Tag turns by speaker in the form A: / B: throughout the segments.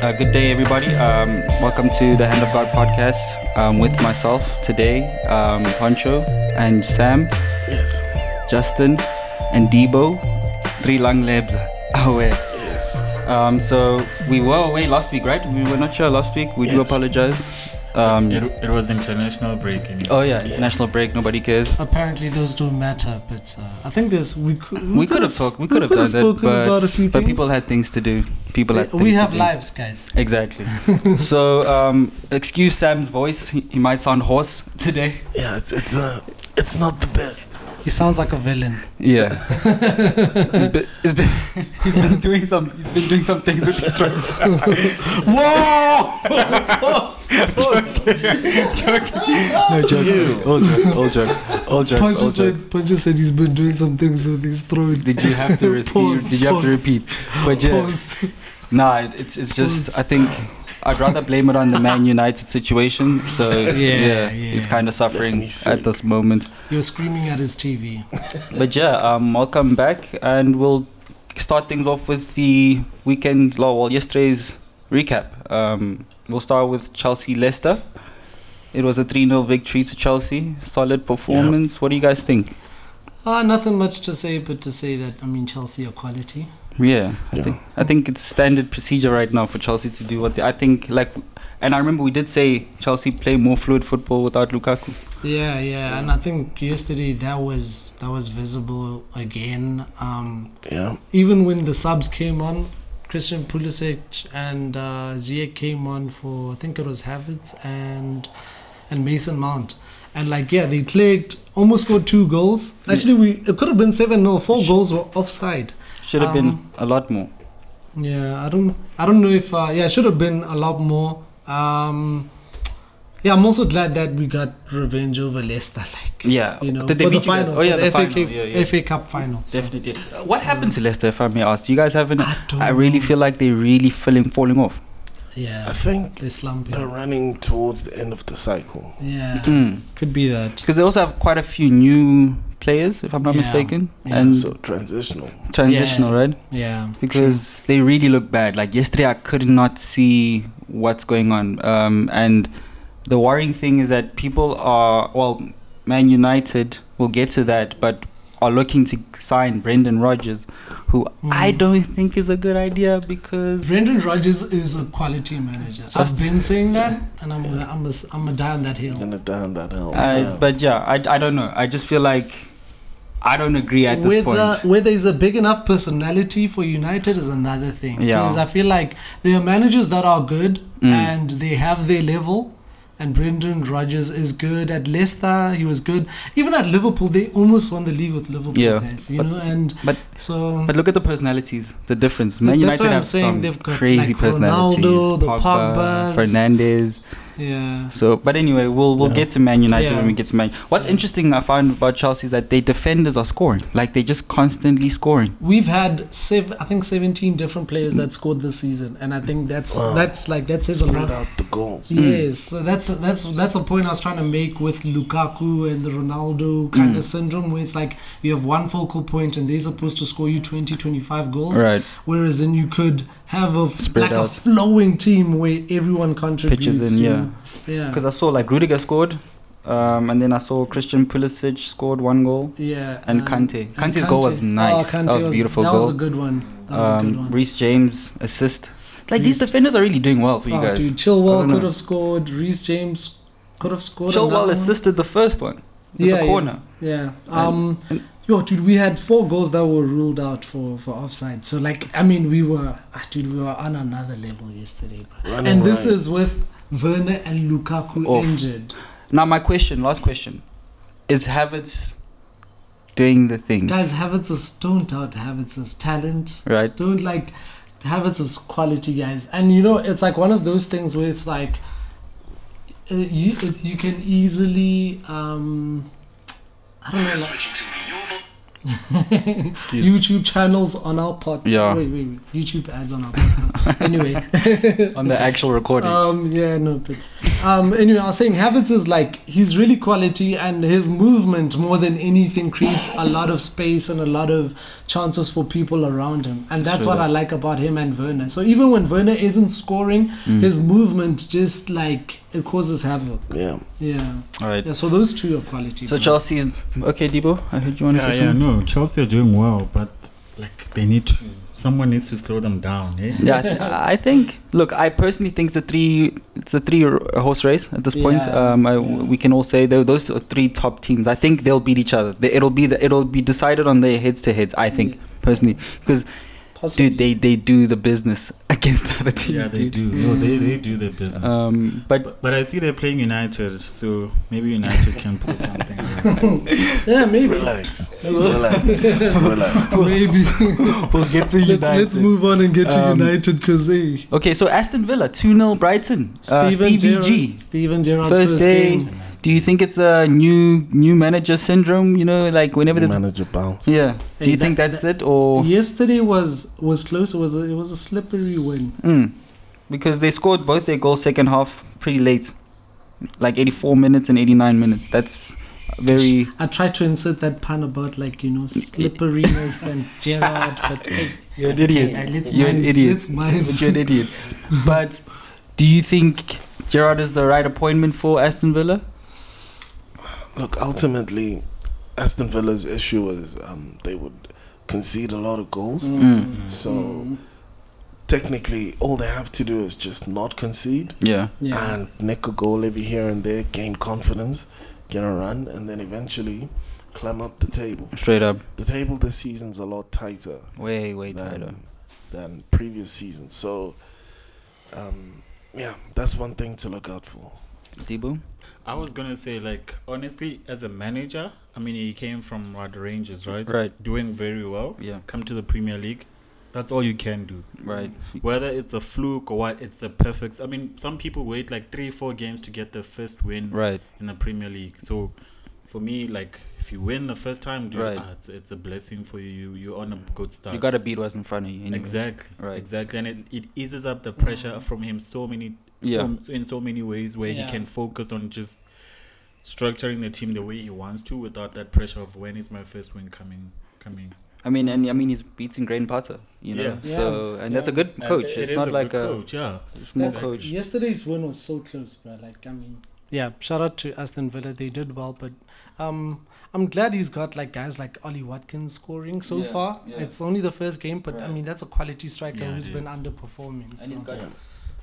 A: Uh, good day, everybody. Um, welcome to the Hand of God podcast um, with myself today, um, Poncho and Sam,
B: Yes.
A: Justin and Debo. Three lang lebs. Awe.
B: Yes.
A: Um, so we were away last week, right? We were not sure last week. We do
B: Yes.
A: apologize. Um,
C: It, it was international break. In
A: oh yeah, international break. Nobody cares.
D: Apparently, those don't matter, but uh, I think there's we could
A: We could have talked. We could have
D: could
A: done
D: have
A: that,
D: spoken
A: but,
D: about a few
A: but
D: things.
A: people had things to do. People had.
D: we
A: things to
D: have
A: do.
D: lives, guys.
A: Exactly. so, um, excuse Sam's voice. He, he might sound hoarse today.
B: Yeah, it's it's uh it's not the best.
D: He sounds like a villain.
A: Yeah. he's been, he's been, he's been doing some he's been doing some things with his throat. Whoa! no joke. All jokes, all jokes, all jokes, all
D: Poncho
A: jokes.
D: said, Poncho said he's been doing some things with his throat.
A: Did you have to repeat?
D: Pause,
A: did you have to
D: pause,
A: repeat? But yeah,
D: pause.
A: nah, it- it's it's just I think I'd rather blame it on the Man United situation. So yeah, he's
D: yeah.
A: kind of suffering
B: Definitely sick.
A: at this moment.
D: You're screaming at his TV.
A: But yeah, um, welcome back, and we'll start things off with the weekend, lo- well, yesterday's recap. Um, we'll start with Chelsea Leicester. It was a 3 0 victory to Chelsea. Solid performance. What do you guys think?
D: Ah, nothing much to say, but to say that I mean Chelsea are quality.
A: Yeah, I
B: Yeah.
A: think I think it's standard procedure right now for Chelsea to do what they, I think like, and I remember we did say Chelsea play more fluid football without Lukaku.
D: Yeah, yeah, and I think yesterday that was that was visible again. Um,
B: Yeah.
D: even when the subs came on, Christian Pulisic and uh, Ziyech came on for I think it was Havertz and and Mason Mount. And like yeah, they played almost scored two goals. Actually, we it could have been seven 0 Four goals were offside.
A: Should have been
D: Um,
A: a lot more.
D: Yeah, I don't I don't know if uh, yeah it should have been a lot more. Um, yeah, I'm also glad that we got revenge over Leicester. Like
A: Yeah.
D: you know
A: Did they
D: for the
A: beat you guys?
D: final,
A: Oh, yeah,
D: for
A: the
D: the, FA,
A: final.
D: Cup,
A: Yeah, yeah.
D: FA Cup final. so-
A: Definitely. Uh, What happened to Leicester, if I may ask? You guys haven't. I,
D: I don't
A: really
D: know.
A: feel like they're really feeling falling off.
B: I
D: yeah,
B: think
D: they're slumping.
B: they're running towards the end of the cycle.
D: Yeah,
A: Because
D: could be that.
A: they also have quite a few new players, if I'm not
D: Yeah.
A: mistaken,
D: Yeah.
A: and
B: So transitional.
A: transitional,
D: Yeah.
A: right?
D: Yeah,
A: Because they really look bad. Like yesterday, I could not see what's going on. Um, and the worrying thing is that people are well, Man United. We'll get to that, but are looking to sign Brendan Rodgers, who I
D: Mm.
A: don't think is a good idea because
D: Brendan Rodgers is a quality manager. I've been saying that, and I'm gonna, I'm gonna, I'm gonna die on that
B: You're
D: hill.
B: gonna down that hill.
A: I,
B: yeah.
A: But yeah, I, I don't know. I just feel like I don't agree at this point.
D: Whether whether he's a big enough personality for United is another thing.
A: Yeah.
D: Because I feel like there are managers that are good
A: Mm.
D: and they have their level. And Brendan Rodgers is good at Leicester. He was good even at Liverpool. They almost won the league with Liverpool,
A: Yeah.
D: guys. You
A: But-
D: know, and
A: but-
D: so
A: but look at the personalities, the difference. Man
D: That's
A: United
D: what I'm
A: have
D: saying.
A: some
D: They've got,
A: crazy
D: like,
A: personalities.
D: Ronaldo, the Pogbas.
A: Fernandez.
D: yeah,
A: So, but anyway, we'll we'll
B: Yeah.
A: get to Man United
D: Yeah.
A: when we get to Man. What's interesting I found about Chelsea is that their defenders are scoring. Like they're just constantly scoring.
D: We've had seven, I think seventeen different players that scored this season, and I think that's
B: Wow.
D: that's like that says a
B: spread
D: lot.
B: out the goals.
D: Yes,
A: Hmm.
D: so that's that's that's a point I was trying to make with Lukaku and the Ronaldo kind of
A: Hmm.
D: syndrome, where it's like you have one focal point and they're supposed to score you 20, 25 goals,
A: Right.
D: whereas then you could have a
A: Spread
D: like a
A: out.
D: flowing team where everyone contributes.
A: in,
D: you
A: yeah.
D: know? yeah,
A: Because I saw like Rudiger scored, um, and then I saw Christian Pulisic scored one goal.
D: yeah, um,
A: and Kante. Kante's goal was nice. That was a beautiful
D: that Oh, was
A: goal.
D: a good one. That was a good one.
A: Um, Reece James assist. Like these
D: Reece-
A: defenders are really doing well for you
D: Oh,
A: guys.
D: dude,
A: I
D: Chilwell
A: don't
D: could
A: know.
D: have scored. Reese James could have scored. another
A: Chilwell
D: one.
A: assisted the first one. with
D: Yeah,
A: the
D: yeah.
A: corner.
D: Yeah.
A: And-
D: Um. yo, dude, we had four goals that were ruled out for for offside. So like, I mean, we were, ah, dude, we were on another level yesterday, bro.
B: Running
D: and this
B: right.
D: is with Werner and Lukaku
A: Off.
D: injured.
A: Now my question, last question, is Havertz doing the thing
D: Guys, Havertz is don't doubt Havertz's talent.
A: right?
D: Don't like Havertz is quality, guys. And you know, it's like one of those things where it's like uh, you it, you can easily um I don't know like YouTube channels on our podcast.
A: Yeah.
D: Wait, wait, wait. YouTube ads on our podcast. anyway, Uh,
A: On the actual recording.
D: um, yeah, no, but Um, anyway, I was saying Havertz is like he's really quality, and his movement more than anything creates a lot of space and a lot of chances for people around him, and that's what
A: Sure.
D: I like about him and Werner. So even when Werner isn't scoring,
A: Mm.
D: his movement just like it causes havoc.
B: Yeah.
D: Yeah,
A: All right.
D: yeah. So those two are quality.
A: So
D: man.
A: Chelsea is okay, Debo. I heard you want to
C: Yeah,
A: say
C: yeah,
A: something.
C: no, Chelsea are doing well, but like they need to, someone needs to slow them down. Eh?
A: Yeah, I, th- I think. Look, I personally think it's a three. It's a three-horse race at this point.
D: Yeah.
A: Um, I,
D: Yeah.
A: we can all say tho- those are three top teams. I think they'll beat each other. They, it'll be the, it'll be decided on their heads-to-heads. I think personally, because
D: Possibly.
A: dude, they they do the business against the other teams,
C: Yeah, they
A: dude.
C: do. Mm. Uh, No, they, they do their business.
A: Um, but
C: but, but I see they're playing United, so maybe United can pull something. out.
D: yeah, maybe.
B: Relax. Relax. Relax.
D: maybe.
A: we'll get to
D: let's,
A: United.
D: let's move on and get to
A: Um,
D: United because hey.
A: Okay, so Aston Villa two 0 Brighton. Uh,
D: Steven
A: Stevie
D: Gerrard.
A: G.
D: Steven Gerrard's
A: First
D: first,
A: day.
D: game.
A: Do you think it's a new new manager syndrome? You know, like whenever there's
B: Manager bounce.
A: yeah. Do
D: Hey,
A: you think
D: that-
A: that's it or?
D: Yesterday was was close. It was a, it was a slippery win.
A: Mm. Because they scored both their goals second half pretty late, like 84 minutes and 89 minutes. That's very.
D: I tried to insert that pun about like you know slipperiness and Gerard, but hey,
A: You're an idiot.
D: okay, let's
A: You're an
D: mice-
A: idiot.
D: let's mice.
A: But you're an idiot. But do you think Gerard is the right appointment for Aston Villa?
B: Look, ultimately, Aston Villa's issue was um, they would concede a lot of goals.
A: Mm.
B: So technically, all they have to do is just not concede
A: Yeah.
D: yeah,
B: and nick a goal every here and there, gain confidence, get a run, and then eventually climb up the table.
A: Straight up.
B: The table this season's a lot tighter
A: Way, way tighter.
B: than, than previous seasons. So, um, yeah, that's one thing to look out for.
A: Debo?
C: I was gonna say, like honestly, as a manager, I mean, he came from Rod Rangers, right?
A: Right.
C: Doing very well.
A: Yeah.
C: Come to the Premier League. That's all you can do.
A: Right.
C: Whether it's a fluke or what, it's the perfect. I mean, some people wait like three, four games to get their first win
A: Right.
C: in the Premier League. So, for me, like if you win the first time, dude,
A: Right.
C: ah, it's, it's a blessing for you. You're on a good start.
A: You got to beat what's in front of you. Anyway.
C: Exactly.
A: Right.
C: Exactly, and it, it eases up the pressure from him so many,
A: Yeah.
C: so, in so many ways where
D: Yeah.
C: he can focus on just structuring the team the way he wants to without that pressure of when is my first win coming coming.
A: I mean, and I mean, he's beating Graham Potter, you know.
C: Yeah.
D: Yeah.
A: So, and that's a
D: Yeah.
A: good
C: And
A: coach.
C: it- it
A: it's
C: is
A: not
C: a
A: like
C: good
A: a
C: coach, yeah.
A: small
C: Exactly.
A: coach.
D: yesterday's win was so close, bro. Like I mean, yeah. Shout out to Aston Villa. They did well, but um, I'm glad he's got like guys like Ollie Watkins scoring so
A: Yeah,
D: far.
A: yeah.
D: It's only the first game, but I
A: Right.
D: mean that's a quality striker
C: Yeah, it
D: who's been
C: is.
D: underperforming. So.
A: And he's got
B: Yeah.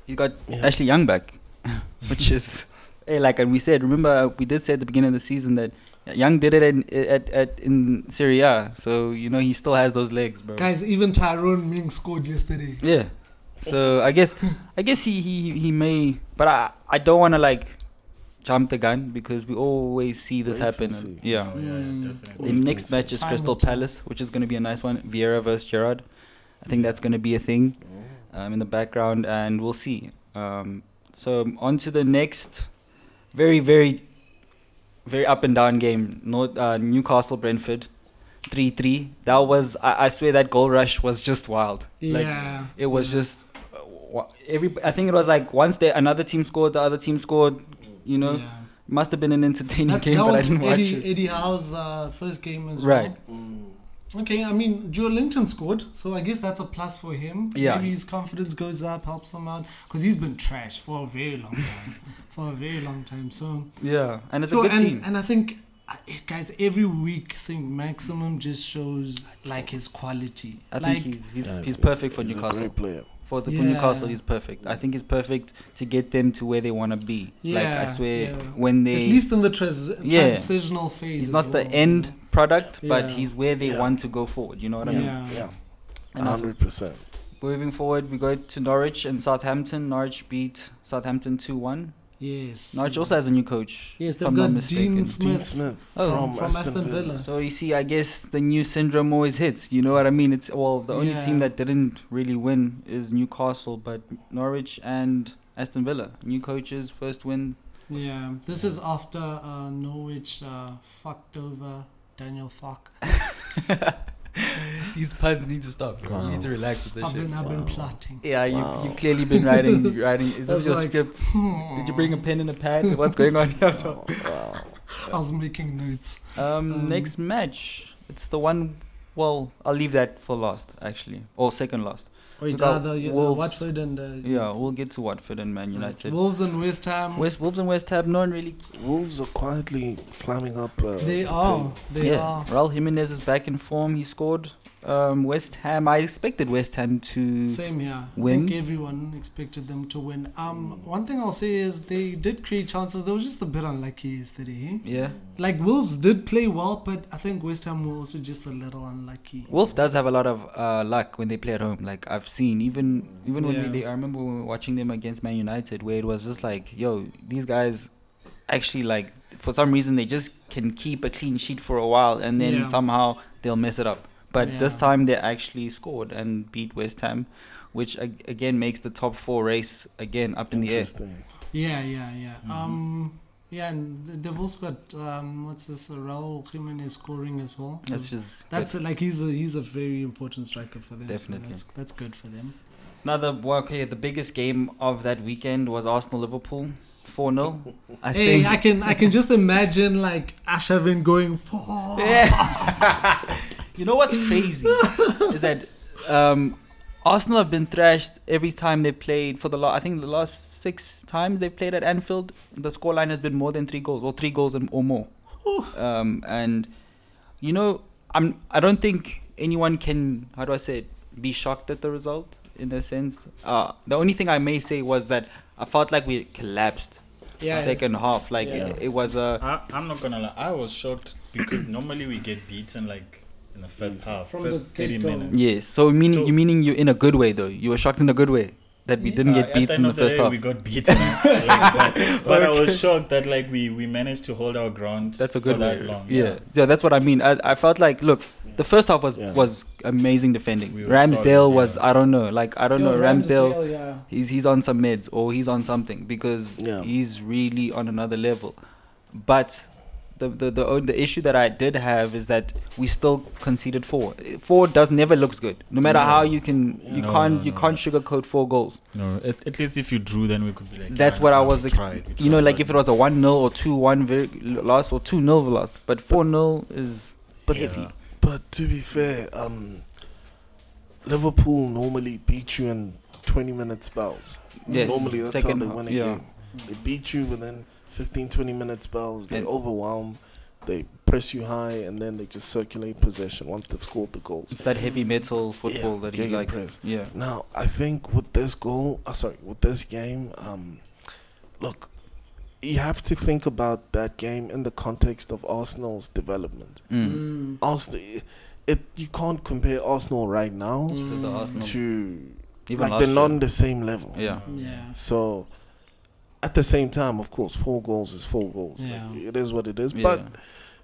A: he got
B: Yeah.
A: Ashley Young back, which is hey, like and we said. Remember, we did say at the beginning of the season that Young did it in, at at in Serie A, so you know he still has those legs, bro.
D: Guys, even Tyrone Ming scored yesterday.
A: Yeah. So I guess I guess he he, he may, but I I don't want to like jump the gun because we always see this
B: Wait and
A: happen.
B: see.
A: Yeah.
C: Oh, yeah,
D: Mm.
C: yeah,
A: The
C: definitely.
B: Wait
A: next
B: and
A: match is
D: Time
A: Crystal
D: will tell.
A: Palace, which is going to be a nice one. Vieira versus Gerard. I think that's going to be a thing um, in the background, and we'll see. Um, so on to the next, very very, very up and down game. North, uh, Newcastle Brentford, three three. That was I, I swear that goal rush was just wild. Like,
D: yeah.
A: it was just uh, wa- every. I think it was like once they, another team scored, the other team scored. You know,
D: Yeah.
A: must have been an entertaining
D: That,
A: game,
D: that
A: but I
D: was
A: didn't watch
D: Eddie,
A: it.
D: Eddie Howe's uh, first game as
A: Right.
D: well. Okay, I mean, Joe Linton scored, so I guess that's a plus for him.
A: Yeah.
D: Maybe his confidence goes up, helps him out, because he's been trash for a very long time. for a very long time. So,
A: Yeah, and it's
D: No,
A: a good
D: and,
A: team.
D: and I think, uh, it- guys, every week, St. Maximum just shows, like, his quality.
A: I
D: like,
A: think he's he's,
B: Yeah,
A: he's
B: it's- it's-
A: perfect for
B: he's A
A: Newcastle.
B: great player.
A: For the for
D: Yeah.
A: Newcastle, he's perfect. I think he's perfect to get them to where they want to be. like I
D: Yeah,
A: swear,
D: yeah.
A: when they
D: at least in the trans-
A: Yeah.
D: transitional phase.
A: he's
D: as
A: not the
D: well.
A: end product, but
D: Yeah.
A: he's where they
B: Yeah.
A: want to go forward. You know what I mean?
D: Yeah.
B: Yeah,
A: And I-
B: hundred percent.
A: Moving forward, we go to Norwich and Southampton. Norwich beat Southampton two one.
D: Yes.
A: Norwich also has a new coach.
D: Yes,
A: if
D: they've
A: I'm not
D: got Dean
A: mistaken.
B: Dean
D: Smith.
B: Smith
A: Oh,
B: from,
D: from
B: Aston,
D: Aston
B: Villa.
D: Villa.
A: So you see, I guess the new syndrome always hits. You know what I mean? It's well, the only
D: Yeah.
A: team that didn't really win is Newcastle, but Norwich and Aston Villa, new coaches, first win.
D: Yeah, this is after uh, Norwich uh, fucked over Daniel Falk.
E: These puns need to stop. Bro. You need to relax with this
D: I've
E: shit.
D: been, I've been
B: Wow.
D: plotting.
E: Yeah, you
B: Wow.
E: you clearly been writing writing. Is this
D: That's
E: your
D: like-
E: script?
D: Hmm.
E: Did you bring a pen and a pad? What's going on here? Tom?
B: Wow.
D: I was making notes.
A: Um,
D: Um,
A: next match, it's the one. Well, I'll leave that for last, actually, or second last.
D: Wait,
A: Without
D: uh, the, the
A: Wolves.
D: Watford and uh,
A: Yeah, we'll get to Watford and Man United.
D: Wolves and West Ham.
A: West Wolves and West Ham. No one really.
B: Wolves are quietly climbing up. Uh,
D: they
B: the
D: are.
B: table.
D: They
A: yeah,
D: are.
A: Raul Jimenez is back in form. He scored. Um, West Ham. I expected West Ham to.
D: Same here. I
A: Win.
D: think everyone expected them to win. Um, one thing I'll say is they did create chances. They were just a bit unlucky yesterday. eh?
A: Yeah,
D: Like Wolves did play well, but I think West Ham were also just a little unlucky.
A: Wolf does have a lot of uh, luck when they play at home. Like I've seen, even even when we,
D: Yeah.
A: they, I remember when we were watching them against Man United, where it was just like, yo, these guys actually like for some reason they just can keep a clean sheet for a while, and then
D: Yeah.
A: somehow they'll mess it up. But this
D: Yeah.
A: time they actually scored and beat West Ham, which ag- again makes the top four race again up in the air.
B: Interesting.
D: Yeah, yeah, yeah.
A: Mm-hmm.
D: Um, yeah, and th- they've also got um, what's this? Uh, Raul Jimenez scoring as well.
A: That's just
D: That's like he's a he's a very important striker for them. so
A: Definitely.
D: that's that's good for them.
A: Another well, okay. The biggest game of that weekend was Arsenal Liverpool four 0 I
D: hey, I can I can just imagine like Ashavin going for
A: Yeah. you know what's crazy is that um, Arsenal have been thrashed every time they played for the last. I think the last six times they played at Anfield, the scoreline has been more than three goals or three goals and, or more. Um, and you know, I'm. I don't think anyone can. How do I say it? Be shocked at the result in a sense. Uh, the only thing I may say was that I felt like we collapsed
D: yeah.
A: second half. Like
D: Yeah.
A: it, it was a.
C: I, I'm not gonna lie. I was shocked because normally we get beaten like in the first half,
D: From
C: first
D: the
C: 30
D: get-go.
C: minutes.
A: Yes. So meaning
C: So-
A: you meaning you in a good way though. You were shocked in a good way that we didn't
C: Uh,
A: get
C: at the
A: beat in
C: end
A: the
C: of
A: first
C: day,
A: half.
C: We got beaten, like, but, but I was shocked that like we, we managed to hold our ground.
A: That's a good
C: for
A: way.
C: That long.
A: yeah. yeah. That's what I mean. I, I felt like look, the first half was
B: Yeah.
A: was amazing defending.
C: We were
A: Ramsdale
C: solid,
A: was
C: yeah.
A: I don't know. Like I don't know Ramsdale.
D: yeah.
A: He's he's on some meds or he's on something because
B: Yeah.
A: he's really on another level. But the the, the o- the issue that I did have is that we still conceded four. Four does never looks good. No matter how you can you
C: No,
A: can't
C: no,
A: you
C: no,
A: can't sugarcoat four goals.
C: No, at, at least if you drew, then we could be like.
A: That's
C: "Yeah,
A: what I
C: we
A: was, ex-
C: tried, we
A: you know,
C: tried,
A: like
C: but
A: if it was a one 0 or two one very loss or two 0 loss, but four 0 is
B: But
C: yeah.
A: heavy.
B: But to be fair, um, Liverpool normally beat you in 20 minute spells.
A: Yes,
B: normally that's
A: second
B: how they
A: half,
B: win a
A: yeah.
B: game. They beat you within 15, 20 minute spells. They overwhelm. They press you high, and then they just circulate possession once they've scored the goals.
A: it's that heavy metal football
B: Yeah,
A: that he
B: Jürgen
A: likes.
B: Press.
A: Yeah,
B: Now, I think with this goal, uh, sorry, with this game, um, look, you have to think about that game in the context of Arsenal's development.
A: mm.
B: Arsenal, it you can't compare Arsenal right now
A: So the Arsenal,
B: to
A: Mm. even
B: like
A: last
B: they're
A: year.
B: not on the same level.
A: Yeah,
D: Yeah.
B: So, at the same time, of course, four goals is four goals. Like,
D: Yeah.
B: it is what it is.
A: yeah.
B: But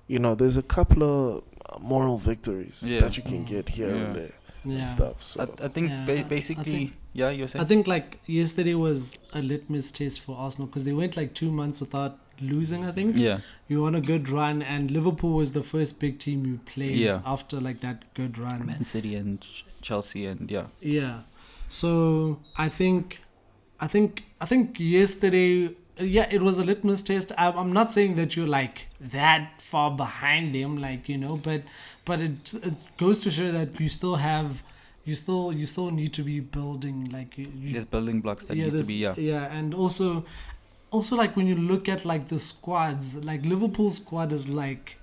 B: you know, there's a couple of uh, moral victories
A: Yeah.
B: that you can
D: Mm.
B: get here
A: Yeah.
B: and there
D: Yeah.
B: and stuff. So.
A: I, I think
D: Yeah, I- I
A: ba-
D: think-
A: basically, yeah, you're saying.
D: I think like yesterday was a litmus test for Arsenal because they went like two months without losing. I think
A: yeah,
D: you were on a good run, and Liverpool was the first big team you played
A: Yeah.
D: after like that good run.
A: Man City and Ch- Chelsea and yeah,
D: Yeah. So I think, I think, I think yesterday, yeah, it was a litmus test. I, I'm not saying that you're like that far behind them, like you know, but but it it goes to show that you still have, you still you still need to be building like you. you
A: there's building blocks that needs to
D: there's-
A: be yeah.
D: and also, also like when you look at like the squads, like Liverpool's squad is like,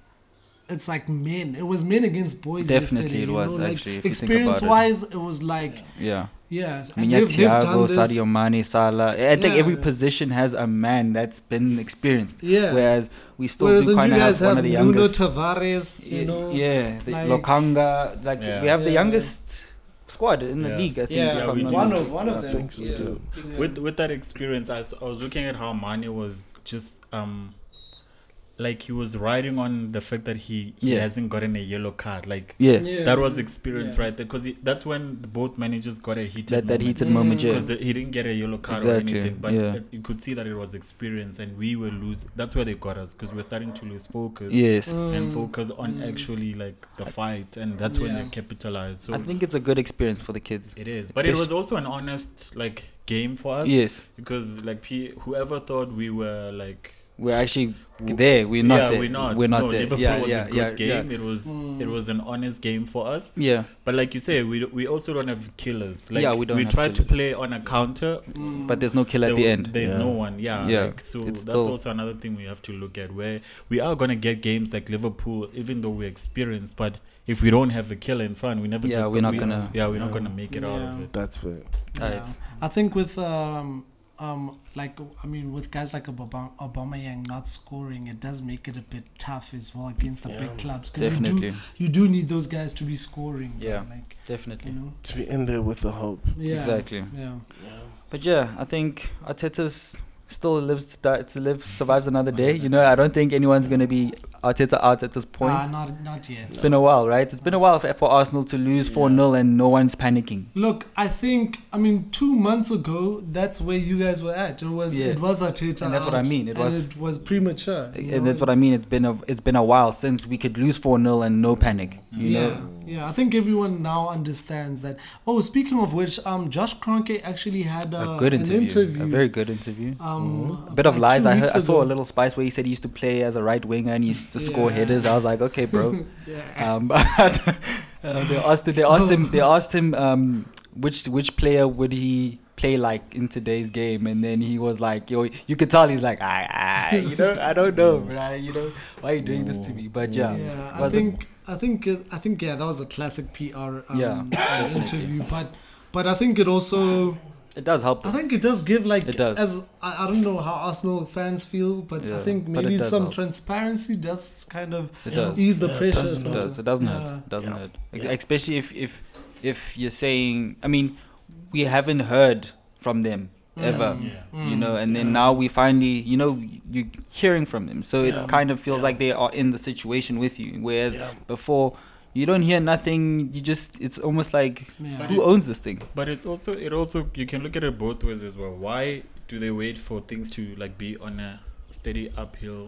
D: it's like men. It was men against boys.
A: Definitely
D: yesterday,
A: it
D: you
A: was,
D: know, like,
A: actually, if you think about it.
D: experience wise, it. was like
A: yeah.
D: yeah.
A: I mean, yeah, Thiago, Sadio Mane, Salah. I think
D: Yeah.
A: every position has a man that's been experienced.
D: Yeah.
A: Whereas we still
D: Whereas
A: do
D: you
A: kind of
D: guys
A: have one
D: have
A: of the
D: Nuno
A: youngest.
D: Tavares, you
A: Yeah,
D: know.
A: yeah, the
D: like-
A: Lokanga. Like
C: Yeah.
A: we have the
D: Yeah.
A: youngest squad in the
C: Yeah.
A: league. I think.
D: Yeah,
A: if
C: we
A: I'm
C: do.
A: not
D: one
C: Yeah.
D: of one of
B: I
D: them.
B: think so,
D: yeah.
B: too.
D: Yeah.
C: With with that experience, I, s- I was looking at how Mane was just um like he was riding on the fact that he, he
A: Yeah.
C: hasn't gotten a yellow card. Like
A: Yeah,
C: that was experience
D: Yeah.
C: right there because that's when both managers got a
A: that
C: heated
A: that
C: moment.
A: heated moment.
D: Mm.
A: Yeah,
C: because he didn't get a yellow card
A: Exactly,
C: or anything. But
A: yeah.
C: it- you could see that it was experience, and we were lose. That's where they got us because we're starting to lose focus
A: yes.
C: and
D: Mm.
C: focus on
D: Mm.
C: actually like the fight, and that's when they
D: Yeah.
C: capitalized. So
A: I think it's a good experience for the kids.
C: it is, but it was also an honest like game for us
A: Yes,
C: because like P- whoever thought we were like.
A: we're actually
C: w-
A: there. We're not
C: yeah,
A: there.
C: we're not.
A: We're not
C: no,
A: there.
C: Liverpool
A: yeah,
C: was
A: yeah,
C: a good
A: yeah,
C: game. It was it
D: Mm.
C: was an honest game for us.
A: yeah,
C: But like you say, we we also don't have killers. Like,
A: Yeah, we don't
C: We
A: have
C: try to
A: killers.
C: play on a counter,
A: yeah. But there's no kill at
C: there
A: the
C: w-
A: end.
C: There's
B: Yeah.
C: no one. Yeah.
A: Yeah,
C: like, so that's
A: it's still-
C: also another thing we have to look at where we are going to get games like Liverpool, even though we're experienced, but if we don't have a killer in front, we never
A: Yeah,
C: just
A: we're not
C: we-
A: gonna-
C: Yeah, we're not
B: Yeah.
C: going to make it out of
D: Yeah.
C: it.
B: That's fair.
A: Right.
D: I think with um um like I mean with guys like Obama Aubameyang not scoring, it does make it a bit tough as well against the
B: Yeah.
D: big clubs because you do
A: Definitely,
D: you do need those guys to be scoring. man,
A: Yeah.
D: like you
A: definitely,
D: know.
B: To be in there with the hope.
D: Yeah.
A: exactly.
D: Yeah.
B: Yeah.
A: But yeah, I think Arteta's still lives, di- to live, survives another day. You know, I don't think anyone's gonna be Arteta out at this point.
D: Ah, not not yet.
A: It's been a while, right? It's been a while for, for Arsenal to lose four 0 and no one's panicking.
D: Look, I think I mean two months ago that's where you guys were at. It was
A: Yeah.
D: it was Arteta,
A: And that's what I
D: out,
A: mean. It
D: and
A: was-
D: it was premature. you
A: And
D: know.
A: that's what I mean. It's been a it's been a while since we could lose four 0 and no panic. You
D: yeah,
A: know,
D: yeah. I think everyone now understands that. Oh, speaking of which, um, Josh Kroenke actually had a,
A: a good
D: Uh, an
A: interview,
D: interview.
A: a very good interview.
D: um,
A: A bit of
D: like
A: lies.
D: two
A: I, heard,
D: weeks
A: I saw a
D: ago.
A: little spice where he said he used to play as a right winger and he used to score
D: Yeah.
A: headers. I was like, okay, bro.
D: Yeah.
A: um, but uh, they asked they asked him they asked him um, which which player would he play like in today's game, and then he was like, yo, you could tell he's like, I, I you know, I don't know, right? You know, why are you doing this to me? But yeah,
D: yeah, I
A: was it-
D: think I think it- I think yeah, that was a classic PR um,
A: Yeah,
D: uh, interview, but. But I think it also,
A: it does help.
D: I
A: Them.
D: think it does give like
A: It does.
D: as I, I don't know how Arsenal fans feel, but I
A: Yeah,
D: think
A: but it
D: maybe
A: does
D: some
A: help.
D: transparency does kind of
A: It does.
D: ease the
B: Yeah, it
D: pressure.
A: It
B: does help.
D: sometimes.
A: does. It doesn't
D: Yeah.
A: hurt. It doesn't
B: Yeah.
A: hurt.
B: Yeah.
A: Especially if if if you're saying, I mean, we haven't heard from them ever.
C: Yeah.
A: you
D: Mm.
A: know and then now we finally you know you're hearing from them so it's
B: Yeah.
A: it kind of feels
B: Yeah.
A: like they are in the situation with you whereas
B: Yeah.
A: before you don't hear nothing you just it's almost like
D: Yeah.
A: who owns this thing
C: But it's also, it also, you can look at it both ways as well. Why do they wait for things to like be on a steady uphill?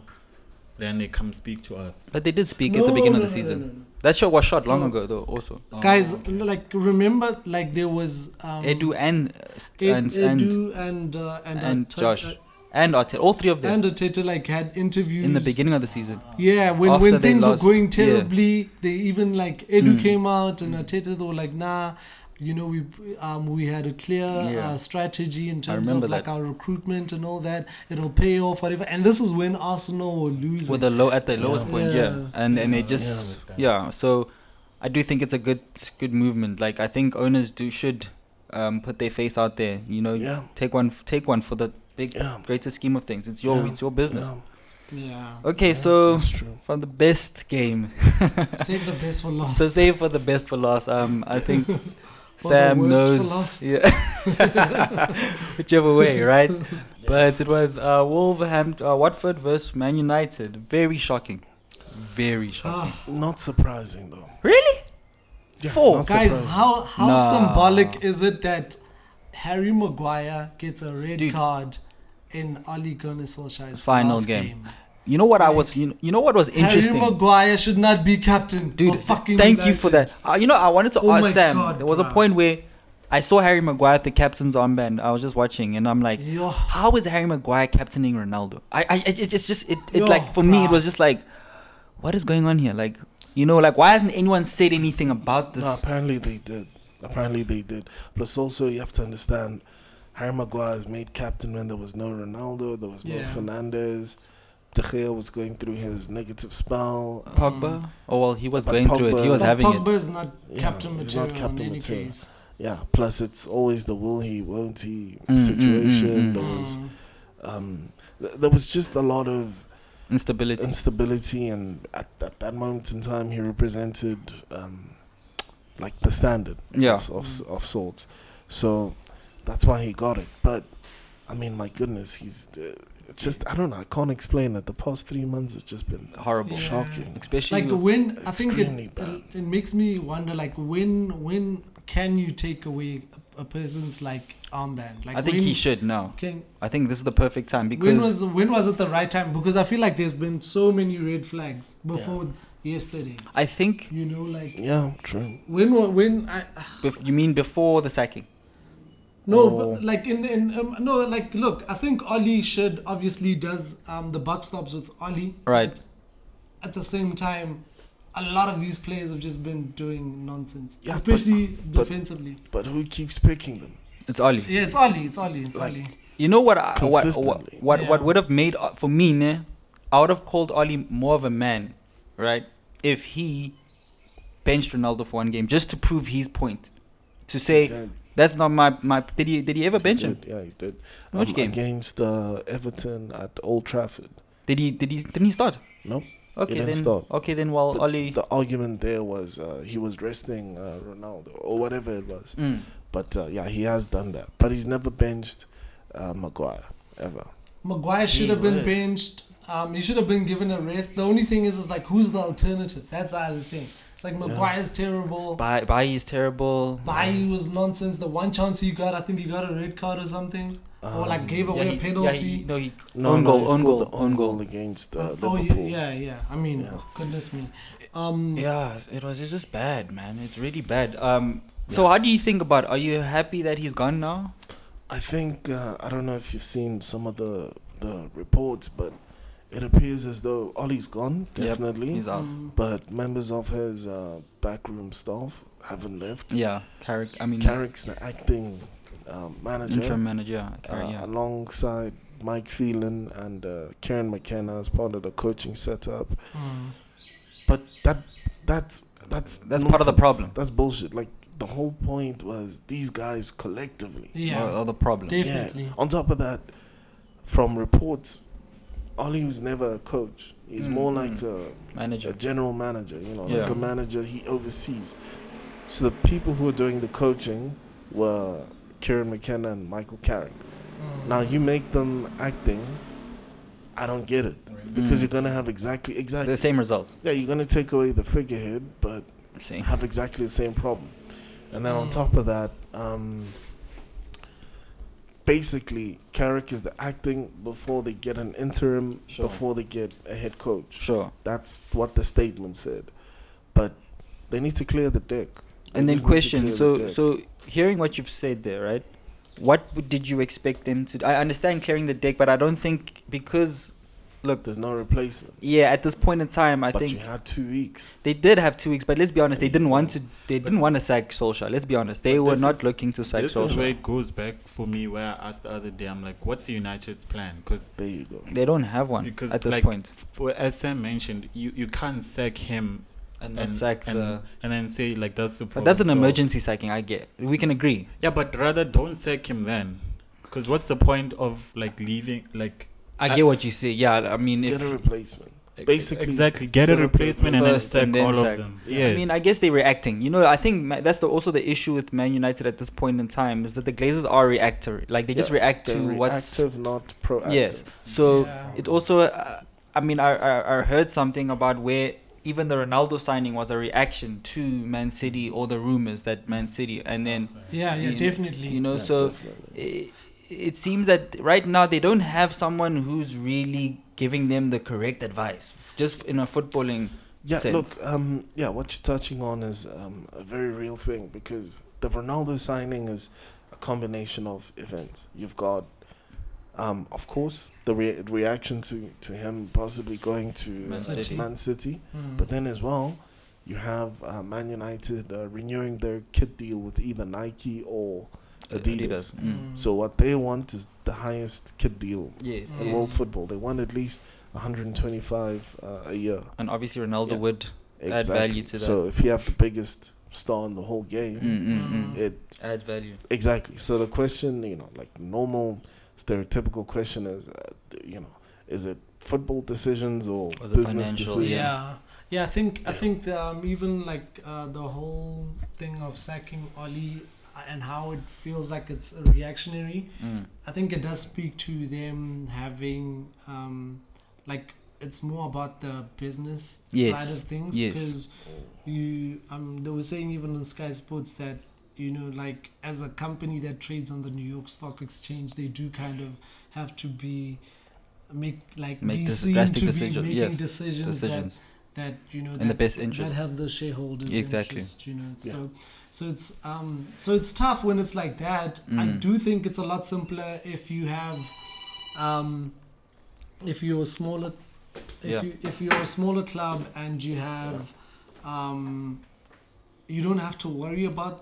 C: Then they come speak to us.
A: but they did speak at the beginning of the season that shot was shot long ago though also
C: Oh,
D: Guys,
C: okay.
D: like remember, like there was um,
A: edu and uh, st-
D: Ed-
A: and and
D: Edu and uh, and,
A: and
D: Arteta-
A: josh and Arteta, all three of them
D: and Arteta like had interviews
A: in the beginning of the season
D: Yeah, when,
A: After
D: when
A: they
D: things
A: lost,
D: were going
A: yeah.
D: terribly, they even like Edu
A: Mm.
D: came out and Arteta they were like, nah, you know we um we had a clear
A: Yeah.
D: uh, strategy in terms of
A: remember
D: like
A: that.
D: our recruitment and all that. It'll pay off, whatever. And this is when Arsenal were losing.
A: with the low at the lowest
D: Yeah.
A: point yeah,
D: Yeah.
A: and and they just yeah. so i do think it's a good good movement like i think owners do should um put their face out there you know
B: Yeah.
A: take one take one for the big
B: Yeah.
A: greater scheme of things it's your
B: Yeah.
A: it's your business
D: yeah,
A: okay so
B: That's true.
A: from the best game
D: save the best for last.
A: so save for the best for last um i think
D: For the
A: sam
D: worst for
A: knows
D: last.
A: yeah whichever way right but it was uh wolverhampton uh, watford versus man united very shocking very shocking
D: Ah,
B: Not surprising though.
A: really
B: Yeah,
A: Four.
B: not
D: guys,
B: surprising.
D: how how
A: Nah.
D: symbolic is it that Harry Maguire gets a red
A: Dude.
D: card in Ole Gunnar Solskjaer's
A: Final
D: last
A: game. You know what I was. You know, you know what was interesting,
D: Harry Maguire should not be captain.
A: dude.
D: of fucking
A: Thank you for
D: United.
A: that. Uh, you know, I wanted to
D: Oh my
A: ask Sam.
D: God,
A: there was a
D: bruh.
A: point where I saw Harry Maguire at the captain's armband. I was just watching, and I'm like,
D: Yo.
A: how is Harry Maguire captaining Ronaldo? I, I, it, it- it's just, it, it
D: Yo,
A: like for me, it
D: bruh.
A: was just like, what is going on here? Like, you know, like why hasn't anyone said anything about this?
B: No, apparently they did. Apparently they did. Plus, also you have to understand, Harry Maguire is made captain when there was no Ronaldo, there was no
D: Yeah.
B: Fernandez. De Gea was going through his negative spell. Um,
A: Pogba. Oh well, he was
B: But
A: going through it. He
B: Pogba-
A: was
D: Mm. But
A: having
D: Pogba is not
B: Yeah,
D: captain
B: he's
D: material
B: not captain
D: in any
B: material.
D: case.
B: yeah. Plus, it's always the will he, won't he
A: Mm, mm, mm,
B: situation.
A: mm.
B: There was, um, th- there was just a lot of
A: it. instability.
B: instability, and at, at that moment in time, he represented um, like the standard.
A: Yeah,
B: of, of,
D: Mm.
B: of sorts. So that's why he got it. But I mean, my goodness, he's uh, It's just I don't know. I can't explain it. The past three months has just been
A: Horrible.
D: Yeah.
B: shocking.
A: Especially
D: like
A: with-
D: when I think
B: Extremely
D: it,
B: bad.
D: it makes me wonder like when when can you take away a, a person's like armband like
A: I think
D: when
A: he should now.
D: can
A: I think this is the perfect time
D: when
A: because
D: was when was it the right time because I feel like there's been so many red flags before yesterday
A: I think
D: you know like
B: Yeah, true.
D: when wa- when I
A: bef- you mean before the sacking.
B: Oh.
D: No,
A: Or-
D: but like in in um, no, like look, I think Ollie should obviously does um the buck stops with Ollie.
A: Right.
D: But at the same time, a lot of these players have just been doing nonsense,
B: Yeah, but-
D: especially
B: but-
D: defensively.
B: But who keeps picking them?
A: It's Oli.
D: yeah, it's Ollie. It's Ollie. It's
B: Like-
D: Ollie.
A: You know what? I, what what
B: Consistently.
A: what, what
D: Yeah.
A: would have made uh, for me, ne? I would have called Oli more of a man, right? If he benched Ronaldo for one game just to prove his point, to say
B: Did-
A: that's not my my. Did he did he ever bench him?
B: did- Yeah, he did. Um,
A: Which game?
B: Against uh, Everton at Old Trafford.
A: Did he did he didn't he start?
B: No.
A: Okay
B: didn't
A: then.
B: start.
A: Okay then. While
B: But
A: Oli.
B: The argument there was uh, he was resting uh, Ronaldo or whatever it was.
A: Mm.
B: But uh, yeah, he has done that. But he's never benched uh, Maguire ever.
D: Maguire should
E: Gee
D: have
E: whiz.
D: been benched. Um, he should have been given a rest. The only thing is, is like who's the alternative? That's the other thing. It's like Maguire's terrible.
A: Bai Bai is terrible.
D: Bayi was nonsense. The one chance he got, I think he got a red card or something, or like gave away
A: yeah,
D: a
A: he,
D: penalty.
A: yeah, he, no, he,
B: No,
A: own
B: no,
A: goal,
B: he
A: own
B: scored
A: goal,
B: the own goal against uh,
D: oh
B: Liverpool.
D: yeah, yeah, yeah. I mean,
B: Yeah.
D: goodness me. Um,
A: Yeah, it was it's just bad, man. It's really bad. Um, so how do you think about? Are you happy that he's gone now?
B: I think uh, I don't know if you've seen some of the the reports, but it appears as though Ollie's gone
A: Yep, Mm.
B: definitely,
A: He's out.
D: um,
B: but members of his uh, backroom staff haven't left.
A: Yeah, Carrick. I mean,
B: Carrick's the acting um, manager.
A: Mm. interim manager. Yeah, Carrick,
B: uh,
A: yeah.
B: alongside Mike Phelan and uh, Karen McKenna as part of the coaching setup.
D: mm.
B: But that that's that's
A: That's part of the
B: nonsense.
A: problem.
B: That's bullshit. Like the whole point was these guys collectively.
D: yeah,
A: Or, or the problem.
B: Yeah.
D: definitely.
B: On top of that, from reports, Ollie was never a coach. He's
A: Mm,
B: more like a,
A: manager.
B: a general manager. You know, like
A: Yeah.
B: a manager he oversees. So the people who were doing the coaching were Kieran McKenna and Michael Carrick.
D: Mm.
B: uh, Now you make them acting. I don't get it
C: Oh.
A: Mm.
B: because you're gonna have exactly
A: The
B: exactly.
A: same results.
B: Yeah, you're gonna take away the figurehead, but
A: Same.
B: have exactly the same problem. And then on
D: Mm.
B: top of that, um, basically Carrick is the acting before they get an interim,
A: Sure.
B: before they get a head coach.
A: Sure.
B: That's what the statement said. But they need to clear the deck. They
A: And then
B: just need to
A: question.
B: clear the
A: So
B: deck.
A: so hearing what you've said there, right? What w- did you expect them to? I understand clearing the deck, but I don't think because, look,
B: there's no replacement.
A: yeah, at this point in time, I
B: but
A: think
B: you had two weeks.
A: They did have two weeks, but let's be honest, they didn't want to. They
C: But-
A: didn't want to sack Solskjaer. Let's be honest, they
C: But
A: were
C: this
A: not
C: is-
A: looking to sack
C: this is where
A: Solskjaer.
C: it goes back for me. Where I asked the other day, I'm like, "What's United's plan?" Because
B: There you go.
A: They don't have one
C: because
A: at this
C: like,
A: point,
C: f- as Sam mentioned, you, you can't sack him
A: and,
C: and
A: and sack
C: and,
A: the.
C: and then say like that's the problem.
A: But that's an
C: So-
A: emergency sacking. I get. We can agree.
C: Yeah, but rather don't sack him then, because what's the point of like leaving? Like
A: I
C: I-
A: get what you say. Yeah, I mean,
B: Get
A: if
B: a replacement.
C: e-
B: Basically,
C: exactly get a
B: set up a
C: replacement and then
A: first
C: sack
A: and then
C: all
A: sack.
C: of them.
B: Yeah.
C: Yes.
A: I mean, I guess they're reacting. You know, I think ma- that's the, also the issue with Man United at this point in time is that the Glazers are reactor. Like they just
B: Yeah,
A: react to
B: they're
A: what's
B: reactive, not proactive.
A: Yes. So
D: Yeah.
A: it also, uh, I mean, I, I I heard something about where even the Ronaldo signing was a reaction to Man City or the rumors that Man City, and then
D: yeah, yeah,
A: you-
D: definitely.
A: you know,
B: Yeah,
A: so
B: definitely.
A: it, it seems that right now they don't have someone who's really giving them the correct advice, just in a footballing.
B: Yeah,
A: sense.
B: look, um, yeah, what you're touching on is um, a very real thing because the Ronaldo signing is a combination of events. You've got, um, of course, the re- reaction to, to him possibly going to
A: Man
B: uh,
D: City.
B: Man City,
D: Mm.
B: but then as well, you have uh, Man United uh, renewing their kit deal with either Nike or Adidas.
A: Mm.
B: So what they want is the highest kit deal
A: Yes,
B: in
A: yes.
D: Mm.
B: world football. They want at least 125 uh, a year.
A: and obviously Ronaldo
B: Yeah.
A: would. add value to that.
B: So if you have the biggest star in the whole game,
A: Mm, mm, mm.
B: it
A: Adds value.
B: exactly. So the question, you know, like normal stereotypical question is, uh, d- you know, is it football decisions or
A: Was it
B: business
A: financial?
B: decisions?
D: yeah. Yeah, I think I
B: Yeah.
D: think um, even like uh, the whole thing of sacking Ollie, and how it feels like it's reactionary.
A: Mm.
D: I think it does speak to them having um, like it's more about the business
A: Yes.
D: side of things
A: Yes.
D: because you um they were saying even on Sky Sports that you know like as a company that trades on the New York Stock Exchange they do kind of have to be make like
A: Make
D: be
A: this
D: seen
A: drastic
D: to
A: decision,
D: be making
A: yes,
D: decisions,
A: Decisions
D: that that you know
A: in the
D: that,
A: best
D: that
A: interest.
D: have the shareholders
A: Exactly.
D: interest, you know
B: Yeah.
D: so so it's um so it's tough when it's like that I
A: Mm.
D: do think it's a lot simpler if you have um if you're a smaller if
A: Yeah.
D: you if you're a smaller club and you have um you don't have to worry about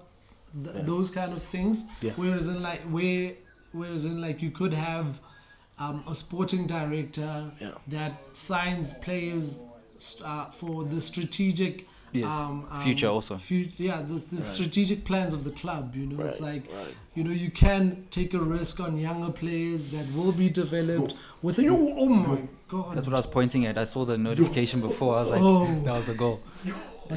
D: th-
B: Yeah.
D: those kind of things
B: Yeah.
D: whereas in like where whereas in like you could have um, a sporting director
B: Yeah.
D: that signs players st- uh, for the strategic
A: Yes.
D: um, um,
A: Future also.
D: fu- yeah the, the strategic plans of the club you know it's
B: Right,
D: like
B: right.
D: you know you can take a risk on younger players that will be developed within you oh my god
A: That's what I was pointing at. I saw the notification before. I was like,
D: Oh.
A: that was the goal.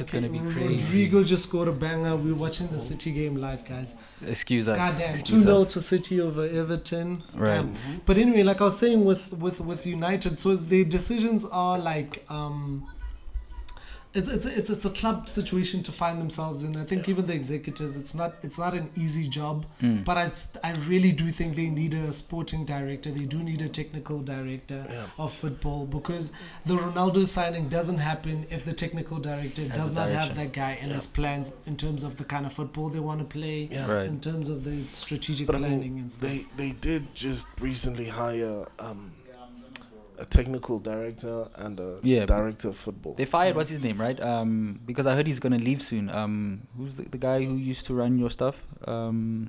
A: It's
D: Okay,
A: gonna be crazy.
D: Rodrigo just scored a banger. We're watching the City game live, guys.
A: Excuse us.
D: Goddamn, two
A: Excuse
D: 0
A: us.
D: to City over Everton.
A: Right.
D: Damn. But anyway, like I was saying with with with United, so the decisions are like. um it's, it's, it's, it's a club situation to find themselves in. I think even the executives, it's not it's not an easy job.
A: Hmm.
D: But I, st- I really do think they need a sporting director. They do need a technical director of football because the Ronaldo signing doesn't happen if the technical director
A: Has
D: does
A: a
D: not have
A: direction.
D: that guy and his plans in terms of the kind of football they want to play
B: Yeah.
A: Right.
D: in terms of the strategic
B: But I
D: planning
B: mean,
D: and stuff.
B: they they did just recently hire um, a technical director and a
A: Yeah, but-
B: director of football.
A: They fired what's his name, right? Um, because I heard he's gonna leave soon. Um, who's the, the guy who used to run your stuff? Um,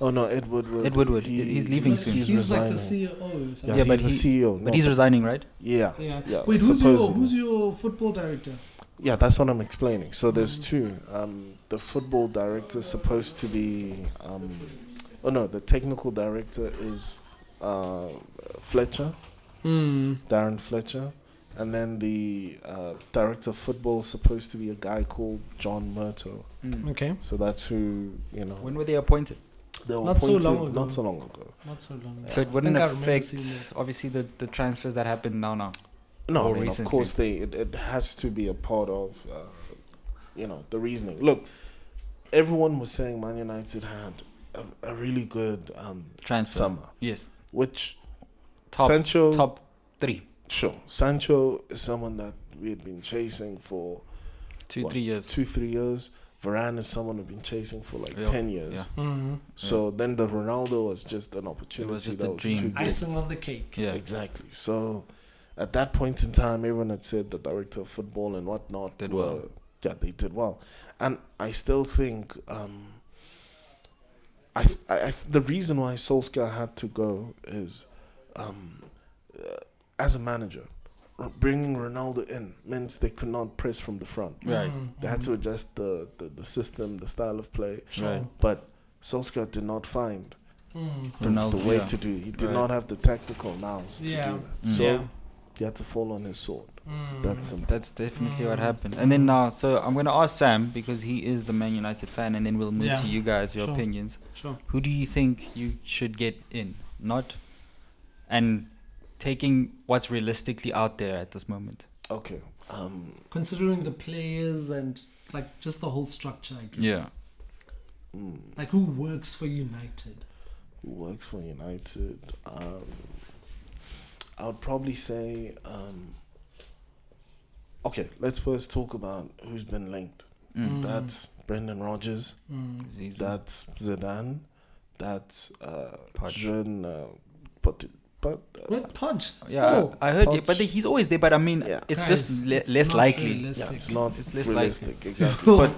B: Oh no, Ed Woodward.
A: Ed Woodward. He's leaving
D: He's,
A: soon.
D: he's, like the E
B: resigning.
D: CEO. Or
B: Yeah,
D: something.
A: Yeah,
B: he's
A: but
B: the
A: he-
B: CEO.
A: but
B: no.
A: he's resigning, right?
B: yeah,
D: Yeah.
B: Yeah,
D: Wait, who's your
B: supposedly.
D: who's your football director?
B: yeah. That's what I'm explaining. So there's
D: Mm-hmm.
B: two. Um, the football director supposed to be. Um, oh no, the technical director is uh, Fletcher,
A: Hmm.
B: Darren Fletcher, and then the uh, director of football supposed to be a guy called John Murto.
D: Okay,
B: So that's who you know.
A: When were they appointed?
B: They were
D: Not so
B: appointed
D: long ago.
B: not so long ago.
D: not so long.
A: So it
D: I
A: wouldn't
D: think I remember
A: affect
D: seeing that.
A: obviously the, the transfers that happen now now.
B: No,
A: Or
B: I mean, of
A: recently.
B: course they. It, it has to be a part of, uh, you know, the reasoning. Look, everyone was saying Man United had a, a really good um,
A: Transfer.
B: summer,
A: Yes.
B: which
A: Top
B: Sancho.
A: top three.
B: Sure, Sancho is someone that we had been chasing for
A: Two,
B: what,
A: three years.
B: Two three years. Varane is someone we've been chasing for like
A: Yeah,
B: ten years.
A: yeah.
D: Mhm.
B: So then the Ronaldo was just an opportunity.
A: just
B: that
A: a
B: was
A: dream.
B: too good.
D: Icing on the cake.
A: Yeah.
B: Exactly. So at that point in time, everyone had said the director of football and whatnot
A: Did
B: were,
A: well.
B: Yeah, they did well. And I still think um, I, I, I- the reason why Solskjaer had to go is um, uh, as a manager, r- bringing Ronaldo in meant they could not press from the front.
A: Right.
D: Mhm.
B: They had to adjust the, the, the system, the style of play.
A: Right.
B: But Solskjaer did not find
D: Mhm.
B: the,
A: Ronaldo,
B: the way
A: yeah.
B: to do it. He did
A: Right.
B: not have the tactical nous
D: Yeah.
B: to do that.
A: Mm.
B: So
D: yeah.
B: he had to fall on his sword.
A: Mm-hmm.
D: Mm.
B: That's simple.
A: That's definitely what
D: Mm.
A: happened. And then now so I'm gonna ask Sam because he is the Man United fan and then we'll move
D: Yeah.
A: to you guys, your
D: Sure.
A: opinions.
D: sure.
A: Who do you think you should get in? Not and taking what's realistically out there at this moment.
B: Okay. Um,
D: Considering the players and like just the whole structure, I guess.
B: mm,
D: Like who works for United?
B: who works for United? Um, I would probably say. Um, okay, let's first talk about who's been linked.
A: Mm.
B: That's Brendan Rodgers.
D: Mm.
A: Zizou.
B: That's Zidane. That's uh,
A: Poch.
B: Jean. Uh, but, but
D: What punch?
A: yeah, I-
D: Still.
A: I, heard, yeah, but
B: Poch.
A: the, he's always there. But I mean,
B: Yeah.
A: it's
D: Oh, Guys,
A: just le-
D: it's
A: less
D: not
A: likely.
D: realistic.
B: Yeah, it's not
A: It's less
B: realistic, exactly. but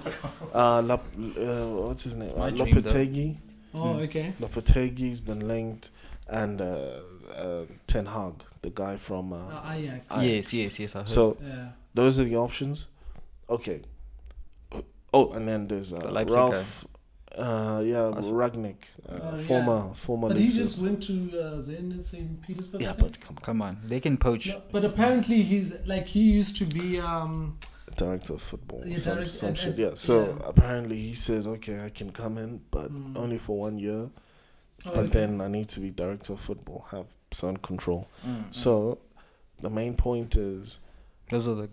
B: uh, Lop, uh, what's his name?
A: My
B: Uh,
A: dream, though.
B: Lopetegui.
D: Oh,
A: Hmm.
D: okay.
B: Lopetegui's been linked, and uh, uh, Ten Hag, the guy from. Uh,
D: Uh, Ajax.
B: I-
A: Ah, yes, yes, yes. I heard.
B: so
D: Yeah.
B: those are the options. Okay. Oh, and then there's uh,
A: The Leipzig
B: Ralph. Uh, yeah,
A: Ralph.
B: Ragnick, uh,
D: Oh, yeah.
B: former former.
D: But he
B: Leipzig.
D: just went to uh, Zenit St. Petersburg. I
B: yeah,
D: think.
B: but come on.
A: come on, they can poach.
D: No, but apparently he's like he used to be um
B: director of football,
D: Yeah,
B: some,
D: direct-
B: some
D: and-
B: shit.
D: and-
B: Yeah. So
D: yeah.
B: apparently he says, okay, I can come in, but
D: Mm.
B: only for one year.
D: Oh,
B: but
D: okay.
B: then I need to be director of football, have some control.
A: Mm.
B: So the main point is.
A: Those are the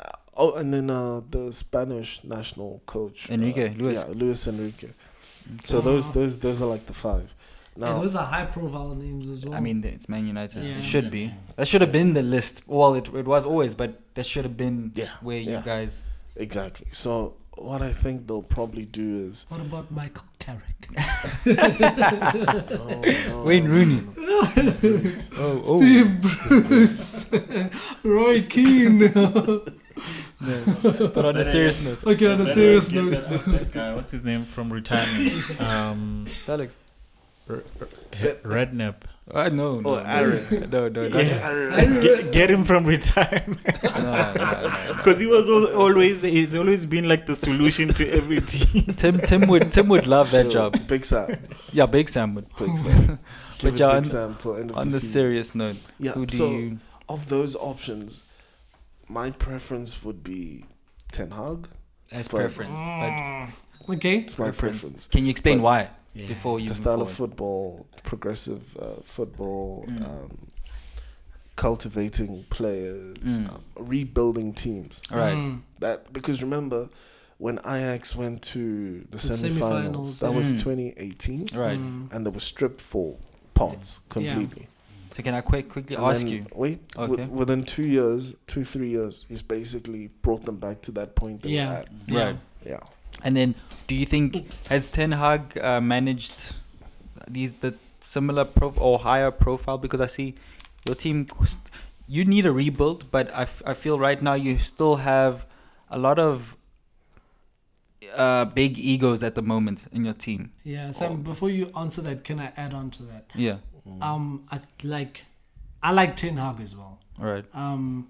B: Uh, oh, and then uh, the Spanish national coach uh,
A: Enrique, Luis. Mm.
B: Yeah, Luis Enrique. So those
D: Ah.
B: those those are like the five. Now
D: and those are high profile names as well.
A: I mean, it's Man United.
D: Oh. Yeah.
A: It should be. That should have been the list. Well, it, it was always, but that should have been
B: Yeah,
A: where
B: yeah.
A: you guys.
B: Exactly. So what I think they'll probably do is
D: what about Michael Carrick?
B: no, oh, no,
A: Wayne
B: no,
A: Rooney.
B: no, no, Steve Bruce.
A: Oh,
D: Steve Bruce, Roy Keane.
A: But on a serious note,
D: okay, on a
C: That-
D: serious
C: get
D: note,
C: That, that guy, what's his name from retirement? Um,
A: it's Alex.
C: H- Redknapp.
A: Uh, no, no,
B: Oh,
A: no.
B: Aaron.
A: No, no, no.
C: Yes.
B: Aaron.
C: Get, get him from retirement
A: no, no, no, no.
C: because he was al- always he's always been like the solution to every team.
A: Tim, Tim would, Tim would love that
B: So,
A: job.
B: Big Sam.
A: Yeah, Big Sam would.
B: Big Sam. Give it
A: yeah, on-
B: Big Sam till end of
A: On
B: the
A: the
B: season.
A: serious note,
B: Yeah.
A: who do
B: so
A: you?
B: of those options, my preference would be Ten Hag.
A: That's
B: but-
A: preference. But
D: Mm. okay.
B: It's my preference.
A: Can you explain
B: But-
A: why before you
B: The
A: move
B: style
A: forward?
B: of football, progressive uh, football,
A: Mm.
B: um, cultivating players,
A: Mm.
B: um, rebuilding teams.
A: All right.
D: Mm.
B: That because remember when Ajax went to the, semifinals,
D: semifinals,
B: that
D: yeah.
B: was
A: Mm.
B: 2018,
A: All right.
D: Mm.
B: and they were stripped for parts completely.
A: So can I quick quickly
B: And
A: ask
B: then-
A: you?
B: Wait, wi-
A: Okay.
B: within two years, two three years, he's basically brought them back to that point. They were
D: Yeah.
B: at.
D: Yeah.
A: Right.
B: yeah.
A: And then, do you think has Ten Hag uh, managed these the similar pro- or higher profile? Because I see your team, cost- you need a rebuild, but I, f- I feel right now you still have a lot of uh, big egos at the moment in your team.
D: Yeah, Sam. Before you answer that, can I add on to that?
A: Yeah.
D: Um, I like, I like Ten Hag as well.
A: All right.
D: Um,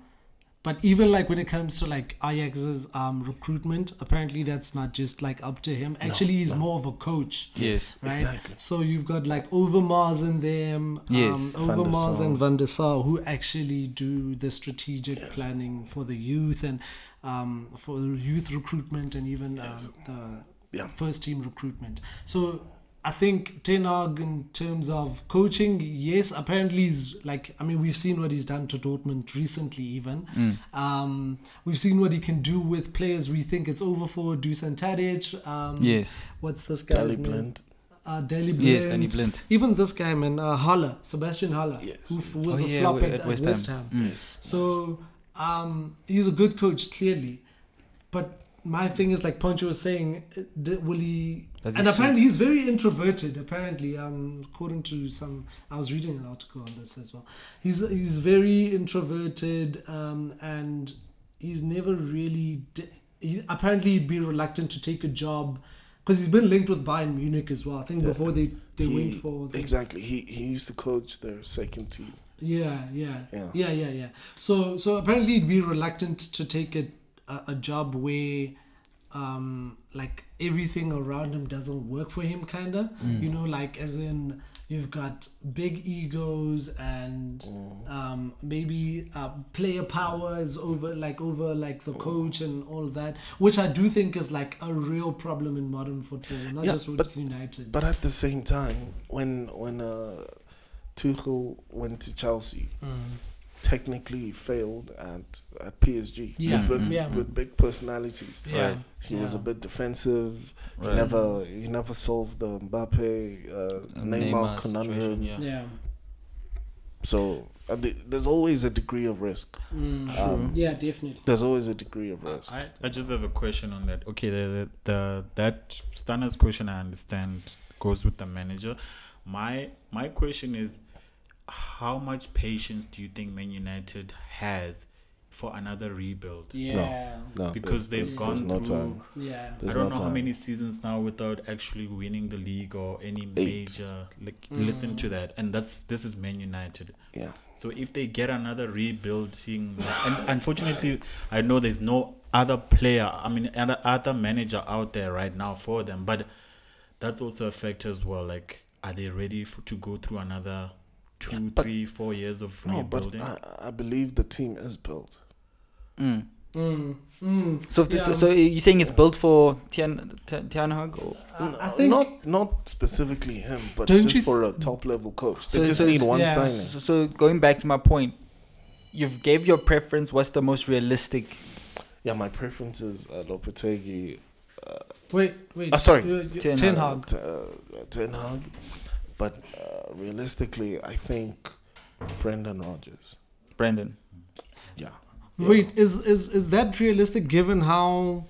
D: but even like when it comes to like Ajax's um recruitment, apparently that's not just like up to him. Actually, he's more of a coach.
A: Yes.
D: Right.
B: Exactly.
D: So you've got like Overmars in them.
A: Yes.
B: Van
D: Um,
B: der
D: Overmars
B: Sar.
D: and Van der Sar who actually do the strategic planning for the youth and um, for youth recruitment and even um, the
B: Yeah.
D: first team recruitment. So I think Ten Hag in terms of coaching, yes, apparently he's like I mean we've seen what he's done to Dortmund recently even.
A: Mm.
D: Um, we've seen what he can do with players we think it's over for Dusan Tadic. Um,
A: Yes.
D: What's this guy's
B: Dally
D: name?
B: Blind.
D: uh, Daily Blind.
A: Yes, Danny Blind.
D: Even this guy, man, uh, Haller, Sebastian Haller,
B: Yes.
D: who f- was
A: Oh,
D: a
A: yeah,
D: flop
A: w-
D: at,
A: at
D: at West,
A: West
D: Ham.
A: Ham.
D: So um, he's a good coach, clearly. But my thing is, like Poncho was saying, uh, d- will he?
A: Does he
D: and apparently, he's very introverted. Apparently, um, according to some, I was reading an article on this as well. He's he's very introverted, um, and he's never really. D- he, apparently, he'd be reluctant to take a job because he's been linked with Bayern Munich as well. I think before they they
B: He-
D: went for the,
B: exactly. He he used to coach their second team.
D: yeah, yeah,
B: Yeah.
D: yeah, yeah, yeah, So, so apparently, he'd be reluctant to take a a, a job where, um, like everything around him doesn't work for him, kinda.
B: Mm.
D: You know, like as in you've got big egos and
B: Mm.
D: um maybe uh, player power is over like over like
B: Mm.
D: the coach and all that which i do think is like a real problem in modern football not
B: Yeah,
D: just with
B: but-
D: united
B: But at the same time, when when uh, Tuchel went to Chelsea, technically he failed at, at PSG.
D: Yeah,
B: With,
D: yeah.
B: with big personalities.
D: yeah
A: Right.
B: He was a
D: yeah.
B: bit defensive. He
A: Right.
B: never he never solved the Mbappe uh,
A: Uh,
B: Neymar,
A: Neymar
B: conundrum.
A: situation, yeah.
D: yeah
B: So uh, the, there's always a degree of risk.
D: Mm.
B: Um,
D: yeah definitely
B: there's always a degree of risk.
C: I, I just have a question on that. Okay, the, the, the that Stana's question I understand goes with the manager. My my question is, how much patience do you think Man United has for another rebuild?
D: yeah
B: no,
C: Because
B: there's-
C: they've
B: there's
C: gone
B: no
C: through.
B: time.
D: yeah
B: There's
C: I don't
B: no
C: know how
B: time.
C: many seasons now without actually winning the league or any major. Like, listen
B: Mm.
C: to that, and that's this is Man United.
B: Yeah.
C: So if they get another rebuilding, and unfortunately, I know there's no other player, I mean, other, other manager out there right now for them, but that's also a factor as well. Like, are they ready for, to go through another two,
B: but-
C: three, four years of
B: No, but uh,
C: rebuilding?
B: I, I believe the team is built.
A: Mm.
D: Mm, mm.
A: So, if this,
D: Yeah,
A: so
B: um,
A: you're saying it's built for Tian Tian, Tian Hag? Or?
D: I- I
B: N-
D: think
B: not not specifically him, but
D: Don't
B: just
D: you-
B: for a top level coach. They
A: So-
B: just
A: so
B: need
A: it's-
B: one
D: yeah.
B: signing.
A: So, so going back to my point, you've gave your preference. What's the most realistic?
B: Yeah, my preference is uh, Lopetegui.
D: wait, wait.
B: Ah, sorry.
D: you- you-
A: Ten
D: Ten
B: uh,
D: Hag.
B: T- uh, Ten Hag. But uh, realistically, I think Brendan Rodgers.
A: Brandon.
B: Yeah.
D: Wait, is, is is that realistic given how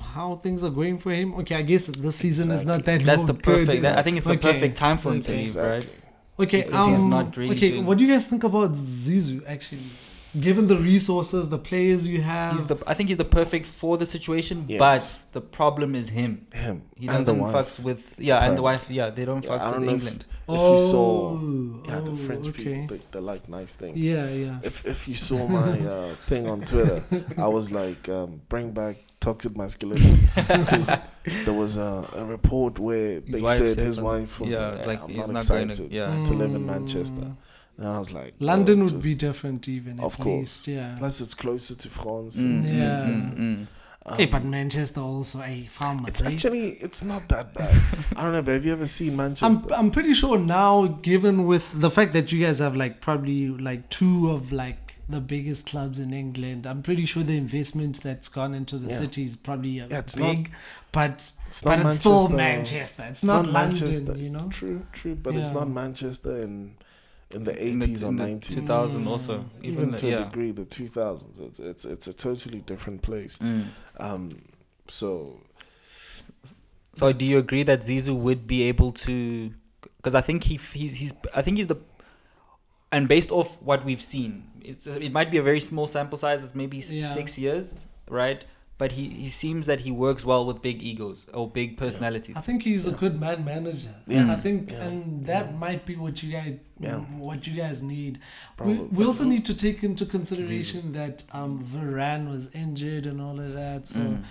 D: how things are going for him? Okay, I guess this season is not that.
A: That's the
D: good.
A: perfect. that- I think it's the
D: Okay.
A: perfect time for him to
D: Okay.
A: leave, right?
B: Exactly.
D: Okay,
A: Because he's
D: um,
A: not really
D: okay.
A: doing-
D: What do you guys think about Zizou? Actually, given the resources, the players you
B: Um,
D: have,
A: He's the. I think he's the perfect for the situation,
B: Yes.
A: but the problem is him.
B: Him.
A: He
B: and
A: doesn't
B: the wife.
A: fucks with yeah, and the wife yeah, they don't
B: Yeah,
A: fucks
B: I don't
A: with
B: know if-
A: England.
B: If you saw.
D: Oh,
B: Yeah, the
D: oh,
B: French
D: okay.
B: people, they, they like nice things.
D: Yeah, yeah.
B: If, if you saw my uh, thing on Twitter, I was like, um, bring back toxic masculinity. 'Cause there was a, a report where
A: His
B: they
A: wife
B: said
A: said
B: his
A: something.
B: wife was
A: yeah,
B: like,
A: like
B: I'm
A: he's
B: not,
A: not, going
B: excited.
A: to yeah.
B: to live in Manchester. And I was like,
D: London
B: "Bro,
D: would
B: just-
D: be different, even
B: Of
D: at
B: course.
D: least. Yeah.
B: Plus, it's closer to France.
A: Mm,
B: and
A: mm,
B: things
D: Yeah.
A: mm,
B: like
A: mm.
B: that.
D: hey, but
B: Um,
D: Manchester also a farmer.
B: it's actually it's not that bad. I don't know. Have you ever seen Manchester?
D: I'm, I'm pretty sure now, given with the fact that you guys have like probably like two of like the biggest clubs in England, I'm pretty sure the investment that's gone into the
B: Yeah.
D: city is probably a
B: Yeah, it's not-
D: big, but
B: it's not
D: but it's
B: Manchester.
D: still Manchester. It's, not, London, you know.
B: True, true, but it's
D: Yeah.
B: not Manchester in in the
A: In the-
B: eighties or
A: in the
B: nineties,
A: 2000 also
B: even,
A: even, like,
B: to a
A: yeah.
B: degree the two thousands. It's, it's it's a totally different place.
A: Mm.
B: Um, so
A: So do you agree that Zizou would be able to? Because I think he he's, he's I think he's the, and based off what we've seen, it's it might be a very small sample size. It's maybe s-
D: Yeah.
A: six years, right? But he, he seems that he works well with big egos or big personalities.
D: I think he's a good man manager.
B: Yeah.
D: And I think
B: Yeah.
D: and that might be what you guys
B: Yeah.
D: what you guys need. We,
B: Probably.
D: we also need to take into consideration that um Varane was injured and all of that. So
B: Mm.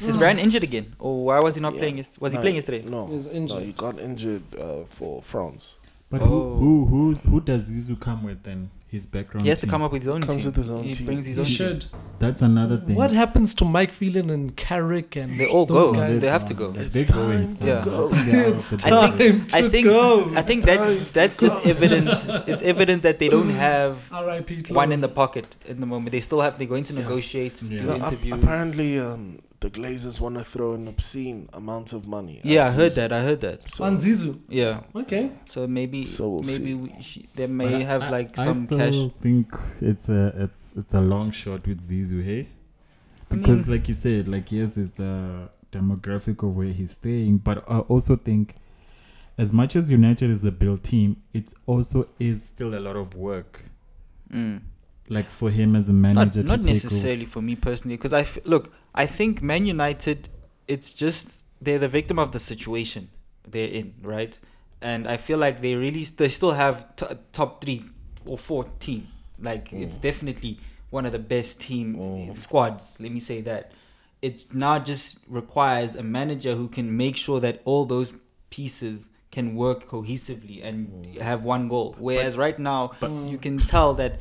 A: Is Varane injured again, or why was he not
B: Yeah.
A: playing? yes- Was he
B: no,
A: playing yesterday?
B: No,
D: He was
B: no,
D: injured.
B: he got injured uh, for France.
C: But
A: Oh.
C: who, who who who does Yuzu come with and his background?
A: He has to
C: team?
A: come up with his own
B: Comes
A: team.
B: with his own
A: he
B: team.
A: brings his
D: he
A: own team.
D: should.
C: That's another thing.
D: What happens to Mike Phelan and Carrick and
A: They all
D: those
A: go.
D: guys?
A: They have to go.
B: It's
C: They go in
B: time to
C: for-
A: Yeah.
B: go.
C: I think they are
D: It's
C: off the
A: I
C: board.
A: think-
D: time to
A: I think
D: go.
A: I think
B: time
A: that that's
B: to
A: just evident. It's evident that they don't have
D: R.I.P. Klopp.
A: one in the pocket in the moment. They still have. They're going to
B: Yeah.
A: negotiate,
C: Yeah.
A: do
B: No, ap-
A: interviews.
B: apparently, um, the Glazers want to throw an obscene amount of money. at
A: yeah, I heard
B: Zizou.
A: that. I heard that.
B: So,
D: on Zizou.
A: Yeah.
D: Okay.
A: So maybe,
B: So we'll
A: maybe
B: see.
A: we, she, they
C: But
A: may
C: I-
A: have
C: I-
A: like
C: I
A: some
C: still
A: cash.
C: think it's a it's it's a long shot with Zizou, hey?
A: I mean-
C: Because like you said, like yes, is the demographic of where he's staying, but I also think as much as United is a built team, it also is still a lot of work.
A: Mm.
C: Like for him as a
A: Not,
C: manager
A: not
C: to take over.
A: necessarily for me personally, because I f- look. I think Man United. It's just they're the victim of the situation they're in, right? And I feel like they really they still have t- top three or four team. Like
C: Oh.
A: it's definitely one of the best team squads. Let me say that. It now just requires a manager who can make sure that all those pieces can work cohesively and
C: Mm.
A: have one goal. Whereas right now, you can tell that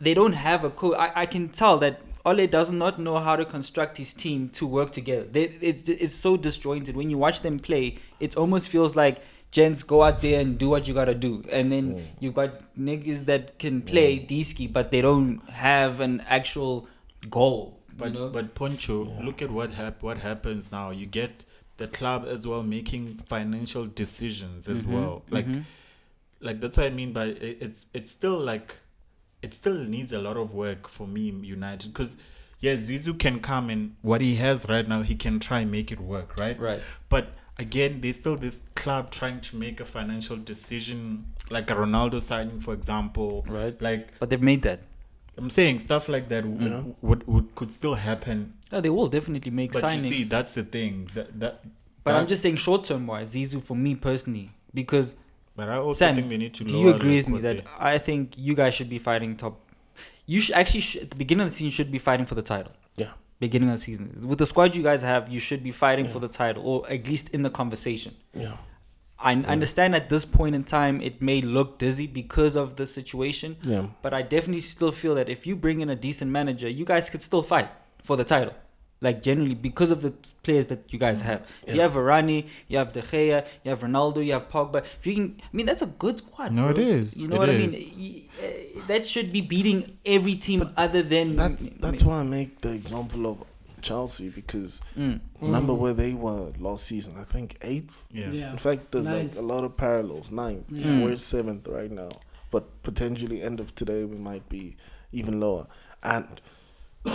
A: they don't have a coach. I, I can tell that Ole does not know how to construct his team to work together. They, it's, it's so disjointed. When you watch them play, it almost feels like gents go out there and do what you gotta do, and then you've got niggas that can play Diski, but they don't have an actual goal.
C: But
A: you know?
C: but Poncho, look at what hap- what happens now. You get the club as well making financial decisions
A: Mm-hmm.
C: as well. Like like that's what I mean by it, it's it's still like it still needs a lot of work for me United because yeah Zizou can come and what he has right now he can try and make it work right
A: Right.
C: but again there's still this club trying to make a financial decision like a Ronaldo signing for example
A: Right.
C: like
A: but they've made that.
C: I'm saying stuff like that w- would, would could still happen
A: No, they will definitely make
C: but
A: signings.
C: you see, that's the thing. That, that,
A: but I'm
C: that-
A: just saying short term wise, Zizou for me personally, because
C: But I also
A: Sam,
C: think they need to.
A: do
C: lower
A: you agree with
C: the
A: me that
C: quota.
A: I think you guys should be fighting top? You should actually sh- at the beginning of the season should be fighting for the title.
B: Yeah.
A: Beginning of the season with the squad you guys have, you should be fighting for the title or at least in the conversation.
B: Yeah.
A: I n- understand at this point in time it may look dizzy because of the situation,
B: Yeah.
A: but I definitely still feel that if you bring in a decent manager, you guys could still fight for the title. Like generally because of the t- players that you guys have. You have Varane, you have De Gea, you have Ronaldo, you have Pogba. If you can, I mean that's a good squad.
C: No, it
A: bro.
C: is.
A: You know
C: It
A: what
C: is.
A: I mean? Y- uh, That should be beating every team other
D: Mm.
A: than
B: That's
A: m-
B: that's why I make the example of Chelsea because
A: Mm.
B: remember where they were last season? I think eighth.
C: Yeah.
B: In fact, there's
F: Ninth.
B: like a lot of parallels. Ninth,
A: Mm.
F: Yeah.
B: we're seventh right now, but potentially end of today we might be even lower. And
D: We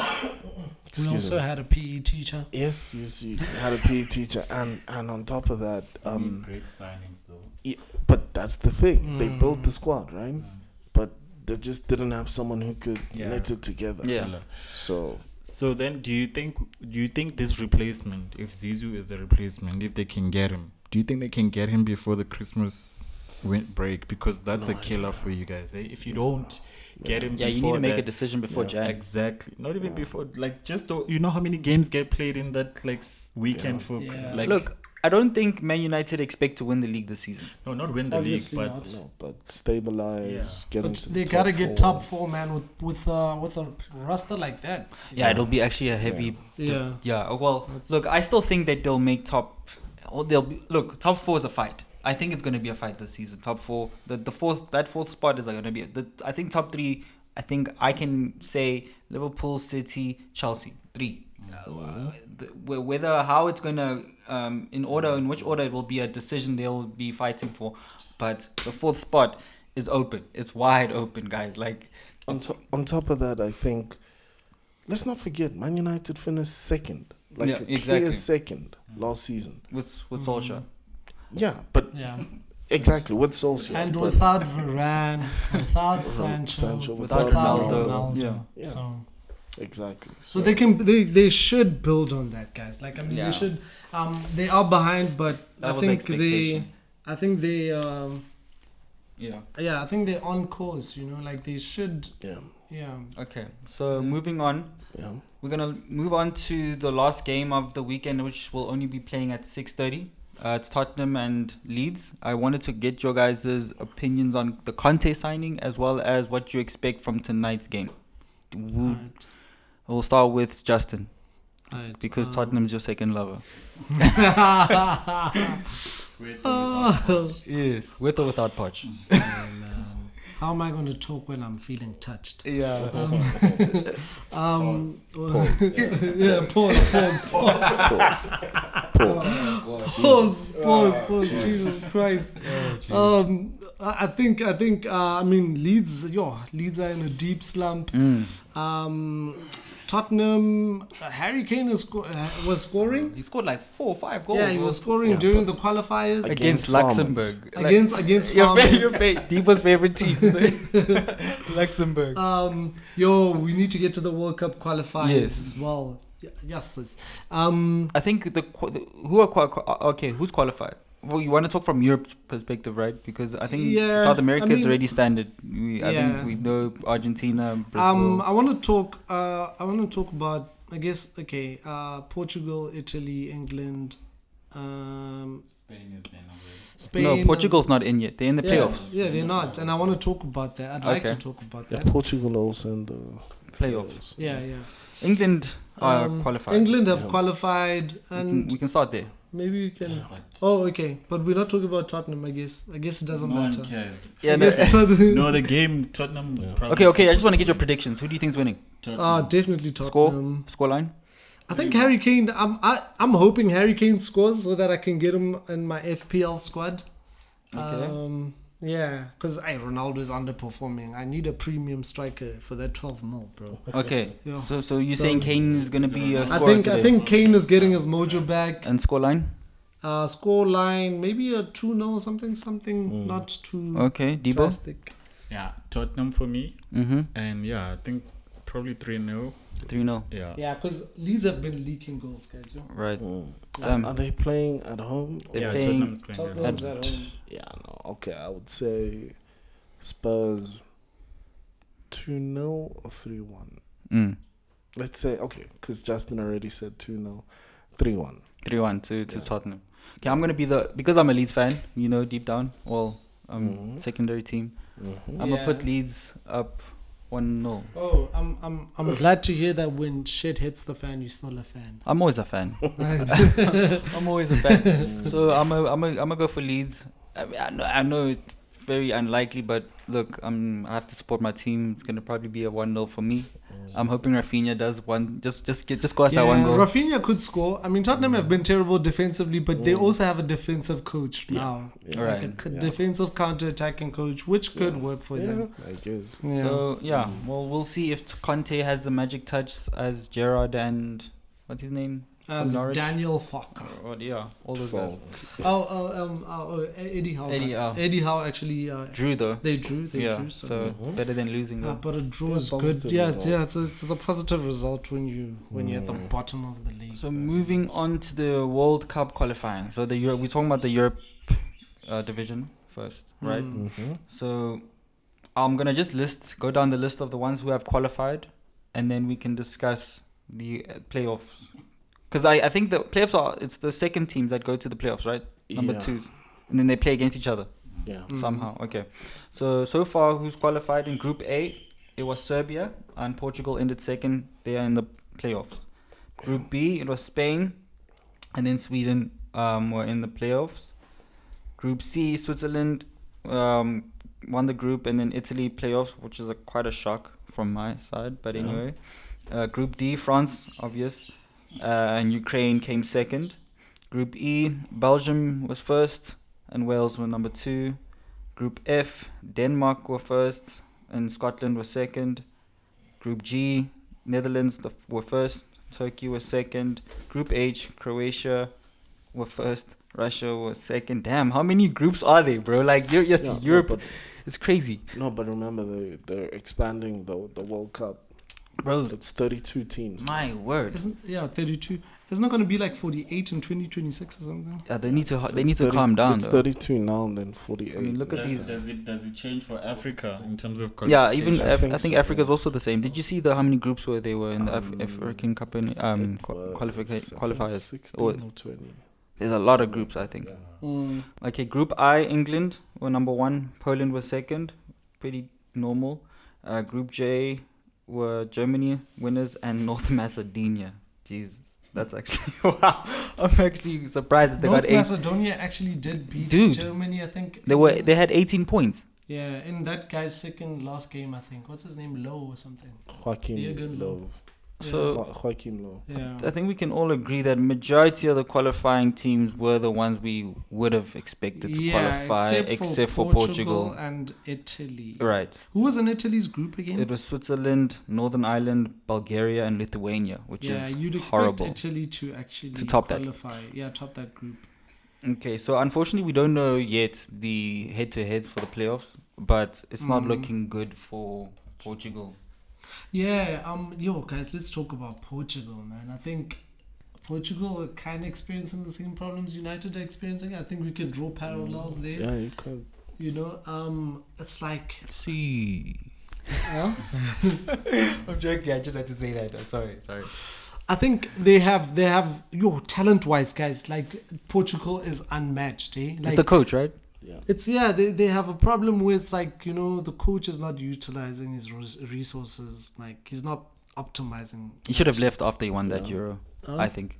B: Excuse
D: also
B: me.
D: had a PE teacher.
B: yes, you, see, you had a PE teacher, and and on top of that, um,
A: Mm.
C: Mm. great signings though.
B: Yeah, but that's the thing. They built the
D: Mm.
B: squad, right? But they just didn't have someone who could
C: Yeah.
B: knit it together.
A: Yeah.
B: So
C: So then, do you think do you think this replacement, if Zizou is the replacement, if they can get him, do you think they can get him before the Christmas win- break? Because that's
B: No
C: a killer for you guys. eh? If you don't get him,
A: Yeah, you need
C: before
A: to make a
C: that-
A: decision before
B: Yeah.
A: Jan.
C: Exactly. Not even
B: Yeah.
C: before, like just though, you know how many games get played in that like s- weekend for
F: Yeah.
C: like
A: Look, I don't think Man United expect to win the league this season.
C: no, not win the league,
F: Obviously
C: but
F: not.
B: no, but stabilize, get
D: But
B: into the
D: they
B: top
D: gotta get
B: four.
D: top four, man, with with uh, with a roster like that.
A: Yeah, it'll be actually a heavy.
D: Yeah.
A: Yeah. Well,
D: That's-
A: look, I still think that they'll make top. Or they'll be, look top four is a fight. I think it's going to be a fight this season. Top four, the the fourth that fourth spot is going to be. The, I think top three. I think I can say Liverpool, City, Chelsea, three. Uh, the- wh- whether how it's going to um, in order in which order it will be a decision they'll be fighting for, but the fourth spot is open. It's wide open, guys. Like
B: On,
A: it's-
B: to- on top of that, I think let's not forget Man United finished second, like
A: Yeah,
B: a
A: exactly. Mm.
B: clear second last season.
A: with
D: Mm-hmm.
A: with Solskjaer.
B: Yeah, but
D: Yeah.
B: exactly with Solskjaer.
D: And
B: but
D: without Varane, without Sancho,
B: Sancho,
A: without
D: without,
A: Ronaldo.
D: Ronaldo.
A: Yeah.
B: Yeah.
D: So.
B: exactly.
D: So they can they, they should build on that, guys. Like I mean,
A: Yeah.
D: they should. Um, they are behind, but
A: That
D: I
A: was the
D: think they,
A: expectation.
D: I think they, um,
A: Yeah.
D: yeah, I think they're on course. You know, like they should.
B: yeah,
D: Yeah.
A: Okay. So moving on.
B: yeah.
A: We're gonna move on to the last game of the weekend, which will only be playing at six thirty. Uh, it's Tottenham and Leeds. I wanted to get your guys' opinions on the Conte signing as well as what you expect from tonight's game. We'll,
D: Right.
A: we'll start with Justin
D: Right.
A: because
D: um,
A: Tottenham's your second lover. Yes, with or without Poch.
D: Man, how am I going to talk when I'm feeling touched?
A: Yeah.
D: Um, well,
B: Pause.
D: yeah, pause, pause, pause,
B: Pause. Pause.
D: pause, pause, pause. Jesus Christ. Um, I I think, I think, uh, I mean, Leeds, yo, Leeds are in a deep slump.
A: Mm.
D: Um, Tottenham, uh, Harry Kane is sco- uh, was scoring.
A: He scored like four or five goals.
D: yeah, he was scoring
B: Yeah,
D: during the qualifiers
B: Against
A: against,
B: Farmers.
A: Luxembourg. Like,
D: against against
A: your, fa- your
D: Farmers.
A: fa- Deepa's favorite team, Luxembourg.
D: Um, yo, we need to get to the World Cup qualifiers
A: Yes.
D: as well. Y- Yes, yes. Um,
A: I think the qu- the- who are qual- qual- okay, who's qualified? Well, you want to talk from Europe's perspective, right? Because I think
D: Yeah,
A: South
D: I
A: America is
D: mean-
A: already standard. We, I
D: Yeah.
A: think we know Argentina, Brazil.
D: um, I want to talk. Uh, I want to talk about. I guess okay. Uh, Portugal, Italy, England, um,
C: Spain is in already.
D: Spain.
A: no,
D: and-
A: Portugal's not in yet. They're in the
D: yeah,
A: playoffs.
D: yeah, they're not, and I want to talk about that. I'd like to
A: Okay.
D: talk about
B: Yeah,
D: that.
B: Portugal also in the
A: Playoffs.
D: Yeah, yeah.
A: England are
D: Um,
A: Uh, qualified.
D: England have
B: Yeah.
D: qualified,
A: we can,
D: and
A: we can start there.
D: maybe you can.
B: Yeah.
D: Oh, okay, but we're not talking about Tottenham. I guess. I guess it doesn't
C: no
D: matter.
C: one cares.
A: Yeah.
D: Yes, Tottenham.
C: No, the game Tottenham was probably
A: okay. Okay. I just want to get your predictions. Who do you think's winning?
D: Uh, definitely Tottenham.
A: Score. Score line.
D: I think Harry Kane. I'm I, I'm hoping Harry Kane scores so that I can get him in my FPL squad.
A: Okay.
D: Um, yeah, because hey, Ronaldo is underperforming. I need a premium striker for that 12 mil, bro.
A: Okay.
D: Yeah.
A: So so you are
D: So-
A: saying Kane is gonna be a
D: I
A: scorer
D: think
A: today?
D: I think Kane is getting his mojo back.
A: And score line.
D: Uh, score line maybe a 2 0 something something not too
A: Okay. Debo.
D: drastic.
C: yeah, Tottenham for me,
A: Mm-hmm.
C: and yeah, I think probably three 0
A: Three 0
C: Yeah.
D: Yeah, because Leeds have been leaking goals, guys. Yo.
A: Right.
B: Mm.
A: Um,
B: are, are they playing at home?
A: They're
C: yeah,
A: playing
C: Tottenham's playing. at home.
D: Tottenham's at home.
B: Yeah, no. Okay, I would say Spurs 2 0 or 3 1.
A: Mm.
B: Let's say, okay, because Justin already said 2 0, 3 1.
A: three one to, to
B: Yeah.
A: Tottenham. Okay, I'm gonna be the because I'm a Leeds fan, you know, deep down. Well, um,
B: Mhm.
A: secondary team.
B: Mhm.
A: I'm gonna put
E: Yeah.
A: Leeds up one 0
D: Oh, I'm I'm I'm glad to hear that when shit hits the fan, you're still a fan.
A: I'm always a fan. I'm always a
B: Mm.
A: fan. so I'm a, I'm a, I'm gonna go for Leeds. I, mean, I know I know it's very unlikely, but look, I'm I have to support my team. It's gonna probably be a one 0 for me.
B: Mm.
A: I'm hoping Rafinha does one. Just just get just go as that one goal.
D: Rafinha could score. I mean, Tottenham have been terrible defensively, but they
B: Mm.
D: also have a defensive coach now,
B: Yeah.
A: All right.
D: like a c-
B: Yeah.
D: defensive counter-attacking coach, which could
B: Yeah.
D: work for
B: Yeah,
D: them.
B: I guess.
D: Yeah.
A: So yeah, well we'll see if Conte has the magic touch as Gerard and what's his name?
D: As
A: Norwich.
D: Daniel Farker.
A: Or what- yeah, all those guys.
B: Foul.
D: Oh, oh, um, oh, oh, Eddie Howe.
A: Eddie Howe.
D: Eddie Howe actually. Uh,
A: Drew though.
D: they drew. They
A: yeah,
D: drew.
A: so,
D: So.
B: Mhm.
A: better than losing
D: Uh,
A: though.
D: but a draw
B: Yeah,
D: is good.
B: positive
D: Yeah,
B: result.
D: yeah. It's a, it's a positive result when you when you're at the
B: Mm.
D: bottom of the league.
A: So moving on to the World Cup qualifying. So the Euro- we're talking about the Europe uh, division first, right?
D: Mm.
B: Mhm.
A: So I'm gonna just list go down the list of the ones who have qualified, and then we can discuss the uh, playoffs. Because I, I think the playoffs are it's the second teams that go to the playoffs, right? Number
B: Yeah.
A: twos, and then they play against each other
B: Yeah.
D: Mm.
A: somehow. Okay. So so far, who's qualified in Group A? It was Serbia and Portugal ended second. They are in the playoffs. Group B, it was Spain, and then Sweden um, were in the playoffs. Group C, Switzerland um, won the group, and then Italy playoffs, which is a, quite a shock from my side. But
B: Yeah.
A: anyway, uh, Group D, France, obvious, uh, and Ukraine came second. Group E, Belgium was first, and Wales were number two. Group F, Denmark were first, and Scotland were second. Group G, Netherlands the, were first, Turkey was second. Group H, Croatia were first, Russia was second. Damn, how many groups are they, bro? Like, you're, yes,
B: Yeah, no,
A: Europe,
B: but-
A: it's crazy,
B: No, but remember they they're expanding the the World Cup.
A: bro.
B: It's thirty two teams.
A: My word.
D: Isn't yeah, thirty two. Isn't it going to be like forty eight in twenty twenty six or something?
A: Yeah, they need to
B: So
A: they
B: it's
A: need to
B: 30
A: calm down.
B: It's
A: though.
B: thirty two now and then forty eight.
A: I mean, look at
C: does,
A: these.
C: does it does it change for Africa in terms of
A: Yeah, even Af-
C: qualification?
A: I think,
B: think so,
A: Africa's
B: yeah.
A: also the same. Did you see the how many groups were they were in the
B: Um,
A: Af- African Cup and um qu- qualifica- qualifiers?
B: Or,
A: Or- There's a lot of groups, I think. Okay, Group I, England were number one. Poland was second. Pretty normal. Uh, group J were Germany winners and North Macedonia. Jesus, that's actually wow. I'm actually surprised that they
D: North
A: got eight.
D: Macedonia actually did beat
A: Dude.
D: Germany, I think.
A: they were they had 18 points.
D: yeah, in that guy's second last game, I think. What's his name? Low or something. Jürgen
B: Joachim
D: Löw.
B: Löw.
A: So
B: Jo- Joachim Löw.
D: Yeah.
A: I think we can all agree that majority of the qualifying teams were the ones we would have expected to qualify, except, for, Portugal.
D: and Italy.
A: Right.
D: Who was in Italy's group again?
A: It was Switzerland, Northern Ireland, Bulgaria, and Lithuania, which
D: yeah,
A: is
D: you'd expect
A: horrible.
D: Italy to actually
A: To top that.
D: qualify. Yeah, top that group.
A: Okay, so unfortunately, we don't know yet the head to heads for the playoffs, but it's not
D: Mm.
A: looking good for Portugal.
D: Yeah, um, yo guys, let's talk about Portugal, man. I think Portugal are kind of experiencing the same problems United are experiencing. I think we can draw parallels
A: Mm,
D: there.
B: Yeah, you can.
D: You know, um, it's like
A: See.
E: I'm joking. I just had to say that. I'm sorry. Sorry.
D: I think they have they have yo talent wise, guys. Like Portugal is unmatched. Eh? Like,
A: it's the coach, right?
B: Yeah.
D: It's yeah, they, they have a problem where it's like you know the coach is not utilizing his res- resources. Like he's not optimizing.
A: He should have left after he won that Euro,
D: Huh?
A: I think.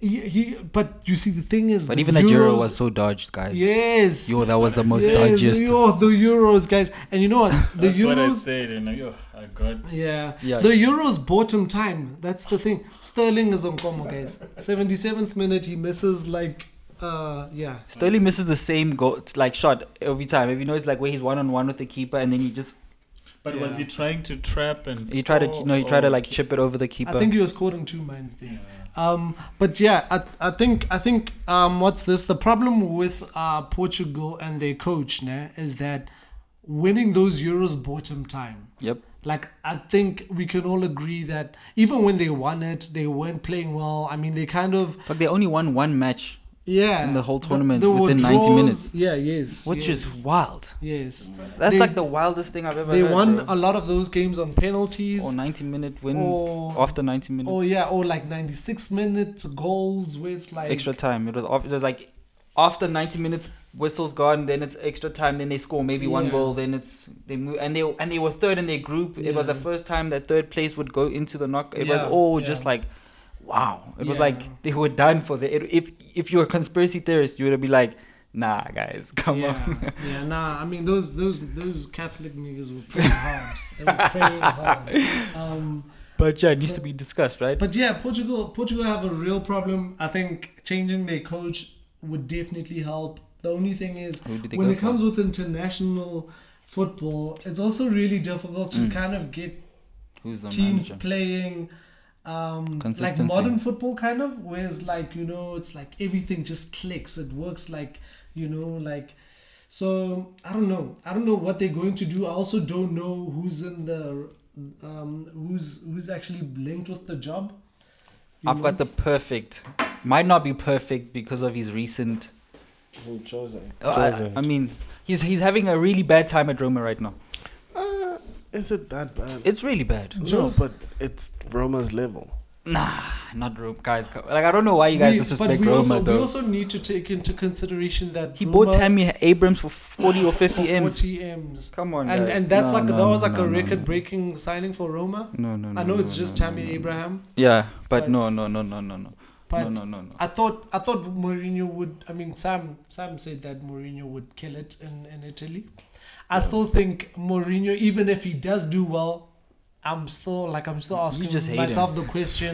D: He, he, but you see, the thing is,
A: But
D: the
A: even that Euro
D: Euros-
A: was so dodged, guys.
D: yes,
A: Yo, that was the most
D: yes,
A: dodgest.
D: yo, the Euros, guys, and you know what? The
C: That's what I
D: Euros,
C: said, and yo, I got
D: yeah.
A: Yeah.
D: the Euros bought him time. That's the thing. Sterling is on Como, guys. Seventy seventh minute, he misses like, uh, yeah.
A: Sterling misses the same goal, like shot every time. If you notice, like where he's one on one with the keeper, and then he just
C: But was
D: Yeah.
C: he trying to trap and?
A: he tried to, you know, he tried to like chip it over the keeper.
D: Oh, I think he was caught in two minds there.
C: Yeah.
D: Um, but yeah, I, I think I think um, what's this? The problem with uh, Portugal and their coach, ne, is that winning those Euros bought him time.
A: yep.
D: Like I think we can all agree that even when they won it, they weren't playing well. I mean, they kind of
A: But they only won one match
D: yeah,
A: in the whole
D: The-
A: tournament
D: the
A: within 90
D: withdrawals-
A: minutes,
D: Yeah, yes,
A: which
D: yes,
A: is wild.
D: yes.
A: That's
D: They-
A: like the wildest thing I've ever.
D: They
A: heard,
D: won
A: bro.
D: a lot of those games on penalties.
A: or 90 minute wins
D: or-
A: after 90 minutes.
D: Oh yeah, or like 96 minutes goals where it's like
A: extra time. It was off, it was like after 90 minutes whistles gone, then it's extra time, then they score maybe one
D: Yeah.
A: goal, then it's they move and they and they were third in their group. It was the
D: Yeah.
A: first time that third place would go into the knock. It
D: Yeah,
A: was all
D: yeah.
A: just like wow. It was
D: Yeah.
A: like they were done for the it, if if you're a conspiracy theorist, you would be like, "Nah, guys, come
D: yeah,
A: on."
D: yeah, nah. I mean, those those those Catholic niggas were praying hard. They were praying hard. Um,
A: But yeah, it needs to be discussed, right?
D: but yeah, Portugal Portugal have a real problem. I think changing their coach would definitely help. The only thing is
A: Who did they
D: when
A: go
D: it comes with international football, it's also really difficult
A: Mm.
D: to kind of get
A: Who's the
D: teams
A: manager?
D: playing um like
A: Consistency.
D: modern football kind of whereas like you know it's like everything just clicks it works like you know like so i don't know i don't know what they're going to do i also don't know who's in the um who's who's actually linked with the job you
A: I've
D: know?
A: got the perfect. Might not be perfect because of his recent.
B: Who, Jose?
A: Oh, I- I mean, he's he's having a really bad time at Roma right now.
B: uh, is it that bad?
A: It's really bad.
B: no, but it's Roma's level.
A: Nah, not Roma, guys. co- Like I don't know why you guys
D: We-
A: disrespect
D: but we
A: Roma
D: also,
A: though.
D: we also need to take into consideration that
A: he
D: Roma
A: bought Tammy Abrams for forty or
D: for
A: fifty m's.
D: 40 m's
A: Come on,
D: and
A: guys.
D: and that's
A: No,
D: like that
A: no,
D: was like
A: no,
D: a
A: no, no.
D: record breaking signing for roma
A: No, no, no.
D: i know
A: no,
D: it's
A: no,
D: just
A: no,
D: tammy
A: no, no.
D: abraham
A: Yeah, but,
D: But-
A: no, no, no, no, no, no,
D: but
A: no, no, no, no.
D: I thought I thought Mourinho would. I mean, Sam Sam said that Mourinho would kill it in, in Italy. I still think Mourinho, even if he does do well, I'm still like I'm still asking
A: just hate
D: myself the question: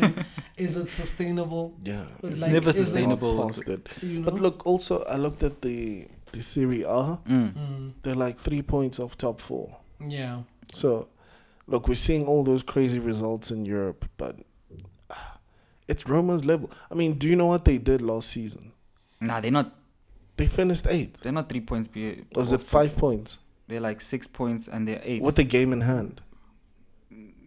D: Is it sustainable?
B: Yeah,
D: It's
A: It's
D: like,
A: never
D: is it-
A: sustainable.
B: past it.
D: You know?
B: But look, also I looked at the the Serie A.
A: Mm.
D: Mm,
B: They're like three points off top four.
D: yeah,
B: So, look, we're seeing all those crazy results in Europe, but ah, it's Roma's level. I mean, do you know what they did last season?
A: Nah, they're not.
B: They finished eighth.
A: They're not three points. Be-
B: Was it five points
A: They're like six points and they're eight.
B: with a game in hand?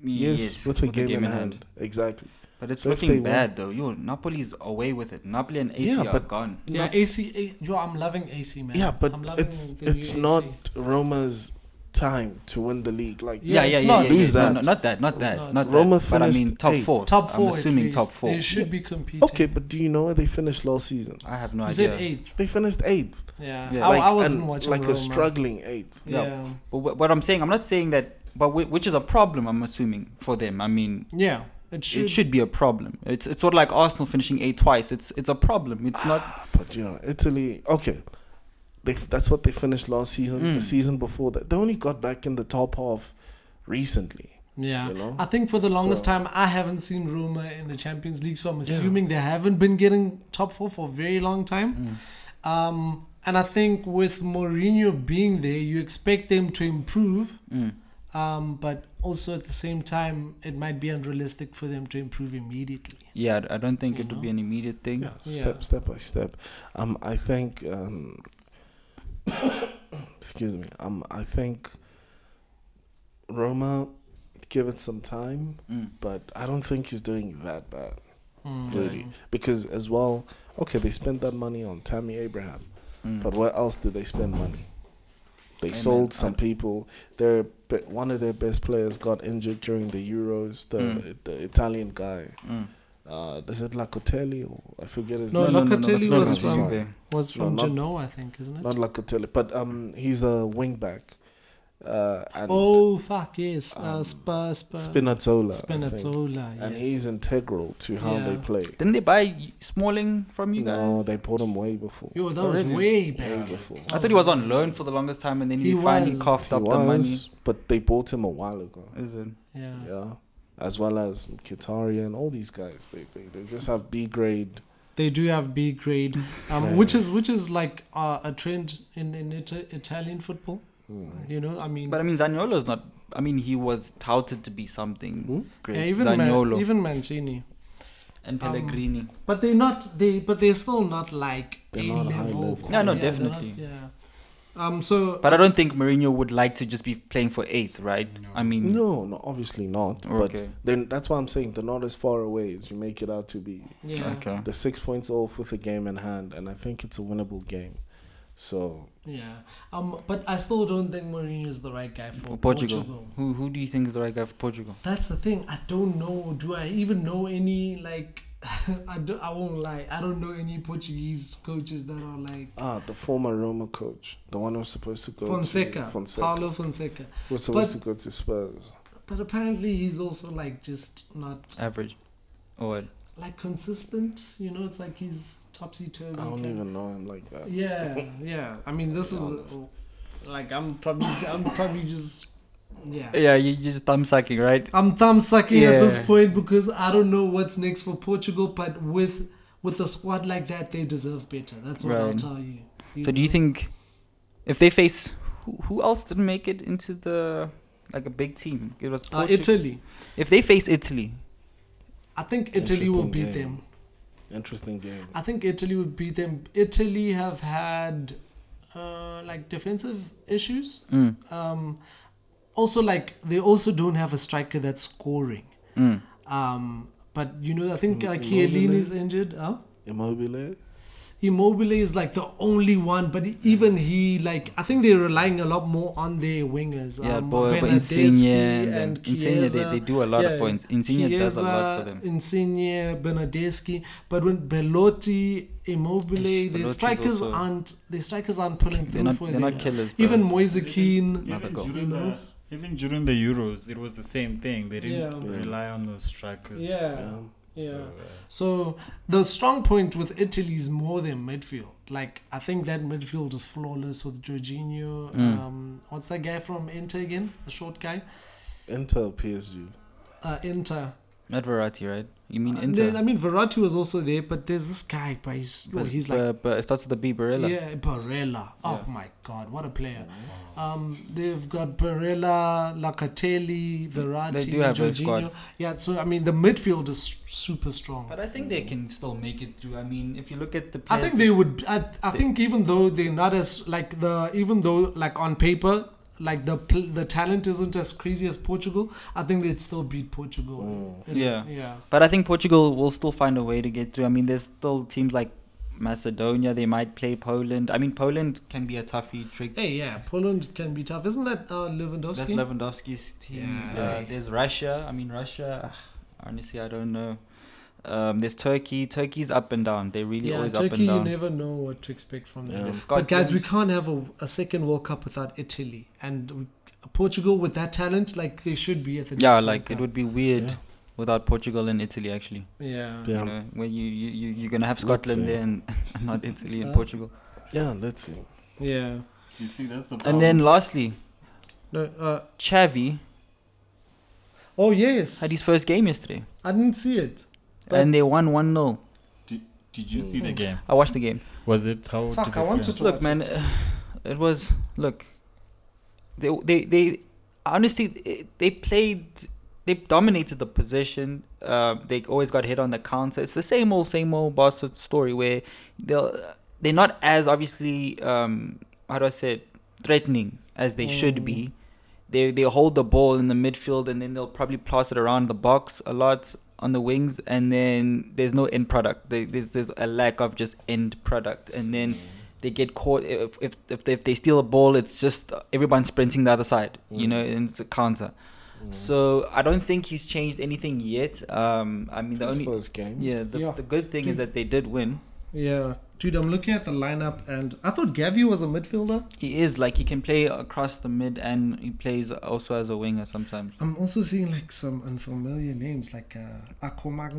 A: Yes,
B: Yes, with a game, in
A: in
B: hand. Exactly.
A: But it's
B: So if
A: looking
B: they won-
A: bad though. Yo, Napoli's away with it. Napoli and AC
B: Yeah,
A: are
B: but-
A: gone.
D: yeah. AC, yo, I'm loving AC man.
B: Yeah, but
D: I'm loving
B: it's
D: the new
B: it's
D: AC.
B: not Roma's time to win the league. Like
D: Yeah,
A: Yeah, yeah,
D: it's
A: yeah,
D: not.
A: yeah,
B: Lose
A: yeah. No,
B: that.
A: no, not that, not
D: It's
A: that,
D: not.
A: not that.
B: Roma
A: but I mean,
B: finished
A: top
B: eighth.
A: four.
D: top four.
A: I'm
D: at
A: assuming
D: least.
A: top four.
D: They should be competing.
B: okay, but do you know where they finished last season?
A: I have no
D: Is
A: idea.
D: it eighth?
B: They finished eighth.
D: Yeah,
A: Yeah.
D: I,
B: Like
D: I wasn't
B: an-
D: watching
B: like
D: Roma.
B: a struggling eighth.
A: Yeah.
D: Yeah,
A: But wh- what I'm saying, I'm not saying that, but whi- which is a problem. I'm assuming for them. I mean,
D: yeah. It should.
A: it should be a problem. It's it's sort of like Arsenal finishing eight twice. It's it's a problem. It's not.
B: But you know, Italy. Okay, they that's what they finished last season. The
A: Mm.
B: season before that, they only got back in the top half recently.
D: Yeah,
B: you know?
D: I think for the longest
B: So-
D: time I haven't seen Roma in the Champions League, so I'm
B: Yeah.
D: assuming they haven't been getting top four for a very long time.
B: Mm.
D: Um, and I think with Mourinho being there, you expect them to improve,
A: Mm.
D: um, but also at the same time, it might be unrealistic for them to improve immediately.
A: Yeah, I- I don't think it would be an immediate thing.
B: Yeah, step
D: Yeah.
B: step by step. Um, I think. Um, excuse me. Um, I think Roma give it some time,
A: Mm.
B: but I don't think he's doing that bad
D: Mm.
B: really. Because as well, okay, they spent that money on Tammy Abraham,
A: Mm.
B: but where else did they spend money? They
A: Amen.
B: sold some
A: I-
B: people. Their be- one of their best players got injured during the Euros. The
A: Mm.
B: the Italian guy.
A: Mm.
B: Uh, is it Lacotelli? Or I forget his
D: No,
B: name.
D: Locatelli
B: was
A: Locatelli
B: from-
A: there.
D: Was
B: No,
D: from
B: not-
D: Genoa, I think, isn't it?
B: Not Locatelli, but um, he's a wing back. Uh, and
D: oh fuck yes, uh,
B: um,
D: Spa, Spa,
B: Spinazzola. I think.
D: Spinazzola,
B: And
D: yes.
B: he's integral to how they
D: Yeah.
B: play.
A: Didn't they buy Smalling from you guys?
B: No, they bought him way before.
D: Yo, that
A: Oh,
D: was
A: really?
B: Way
D: way back.
B: before.
A: I thought he was on loan for the longest time, and then he,
D: He
A: finally
D: was.
A: coughed
B: He
A: up
B: was, but they bought him a while ago.
A: the money. Is it?
D: Yeah.
B: Yeah, as well as Kitaria and all these guys. They they, they just have B grade.
D: They do have B grade,
B: Yeah.
D: um, which is which is like uh, a trend in in Ita- Italian football. You know, I mean,
A: But I mean, Zaniolo's not. I mean, he was touted to be something
B: Who?
A: great.
D: yeah, even
A: Zaniolo
D: Man, even Mancini.
A: and
D: um,
A: Pellegrini.
D: But they're not they, but they're still not like
B: They're
D: a
B: not high
D: level.
B: level.
D: qu-
A: No, no,
D: they're
A: definitely.
D: Not, yeah. Um, so
A: But I don't think Mourinho would like to just be playing for eighth, right?
C: No.
A: I mean,
B: No, no, obviously not. But
A: Okay.
B: then that's why I'm saying they're not as far away as you make it out to be.
D: yeah,
A: Okay.
B: The six points off with a game in hand, and I think it's a winnable game. So
D: yeah. Um, but I still don't think Mourinho is the right guy for
A: For Portugal.
D: Portugal.
A: Who who do you think is the right guy for Portugal?
D: That's the thing. I don't know. Do I even know any like? I do, I won't lie. I don't know any Portuguese coaches that are like
B: ah, the former Roma coach, the one who was supposed to go
D: Fonseca,
B: to Fonseca,
D: Paulo Fonseca.
B: who was supposed to go to Spurs.
D: But apparently he's also like just not
A: Average. Or what?
D: like consistent. You know, it's like he's topsy turvy.
B: I don't even know him like uh, that.
D: Yeah, yeah. I mean, this is uh, like I'm probably I'm probably just yeah.
A: Yeah, you you just thumb sucking, right?
D: I'm thumb sucking at this
A: Yeah.
D: point because I don't know what's next for Portugal, but with with a squad like that, they deserve better. That's what I'll
A: Right.
D: tell you.
A: So do you think if they face who, who else didn't make it into the like a big team? It was
D: uh,
A: Portugal.
D: Italy?
A: If they face Italy,
D: I think Italy will
B: Interesting
D: beat
B: game.
D: them.
B: Interesting game.
D: I think Italy would beat them. Italy have had uh, like defensive issues. Um, also, like they also don't have a striker that's scoring. Um, but you know, I think uh, Chiellini is injured. Huh?
B: Immobile.
D: Immobile is like the only one, but even he like I think they're relying a lot more on their wingers.
A: yeah,
D: um,
A: boy, but
D: Bernadeschi
A: Insigne and,
D: and
A: Insigne, they,
D: Chiesa.
A: they do a lot
D: Yeah,
A: of points. Insigne does a lot for
D: Chiesa,
A: them.
D: Insigne, Bernadeschi, but when Belotti,
A: Ish,
D: Immobile, the
A: Belotti's
D: strikers
A: also-
D: aren't the strikers aren't pulling
A: They're
D: through
A: not,
D: for
A: they're
D: them.
A: not killers. bro.
D: Even Moise Keane,
A: Not a
C: Even
A: goal.
C: during, the, even during the Euros, it was the same thing. They didn't
D: Yeah.
C: rely on those strikers.
D: yeah,
B: Um,
D: yeah.
C: So, uh,
D: So the strong point with Italy is more their midfield. Like I think that midfield is flawless with Jorginho.
A: Mm.
D: Um, what's that guy from Inter again? The short guy.
B: Inter PSG.
D: Uh, Inter.
A: not Verratti, right? You mean
D: Uh,
A: Inter?
D: I mean Verratti was also there, but there's this guy, but he's, well,
A: but,
D: he's like
A: but, but it starts with a B, Barella.
D: Yeah, Barella. Oh my God, what a player! Um, they've got Barella, Locatelli, Verratti,
A: They do have a squad.
D: Jorginho. Yeah, so I mean the midfield is super strong.
A: But I think they can still make it through. I mean, if you look at the
D: I think they would. I, I think even though they're not as like the even though like on paper like the pl- the talent isn't as crazy as Portugal, I think they'd still beat Portugal.
A: Mm. Yeah.
D: yeah.
A: But I think Portugal will still find a way to get through. I mean, there's still teams like Macedonia. They might play Poland. I mean, Poland can be a toughy trick.
D: Hey, yeah, Poland can be tough, isn't that uh, Lewandowski?
A: That's Lewandowski's team.
D: Yeah.
A: Uh, there's Russia. I mean, Russia. ah, Honestly, I don't know. Um, there's Turkey. Turkey's up and down. They really
D: yeah,
A: always up
D: Turkey.
A: and
D: You
A: down.
D: never know what to expect from them.
B: Yeah.
A: There's
D: But guys, we
A: Scotland.
D: can't have a, a second World Cup without Italy and we, Portugal with that talent. Like they should be at the
A: yeah,
D: next World
A: like it
D: Cup.
A: would be weird
B: Yeah.
A: without Portugal and Italy actually.
D: Yeah.
B: Yeah.
A: You know, when you you you you're gonna have
B: Let's
A: Scotland
B: see.
A: there and and not Italy and
D: Uh,
A: Portugal.
B: Yeah, let's see.
D: Yeah.
C: you see, that's the
A: And then
D: um,
C: problem.
A: lastly,
D: No. Uh,
A: Xavi
D: oh yes.
A: had his first game yesterday,
D: I didn't see it.
A: and they
D: But-
A: won one 0
C: Did you see the game?
A: I watched the game.
C: Was it how?
D: Fuck,
C: did
D: I
C: it
D: wanted
C: feel?
D: to-
A: Look,
D: watch
A: man, uh, it was look. They they they honestly they- they played they dominated the position. Uh, they always got hit on the counter. It's the same old same old Barca story where they'll they're not as obviously um how do I say it, threatening as they should be. They they hold the ball in the midfield and then they'll probably pass it around the box a lot on the wings and then there's no end product. They, there's there's a lack of just end product and then they get caught if if if they, if they steal a ball it's just everyone sprinting the other side you know and it's a counter so i don't think he's changed anything yet um i mean
B: It's
A: the
B: his
A: only
B: first game.
A: yeah the,
D: Yeah.
A: the good thing is
D: Dude.
A: that they did win
D: Yeah. Dude, I'm looking at the lineup and I thought Gavi was a midfielder.
A: he is like he can play across the mid and he plays also as a winger sometimes
D: I'm also seeing like some unfamiliar names like uh, Akomang.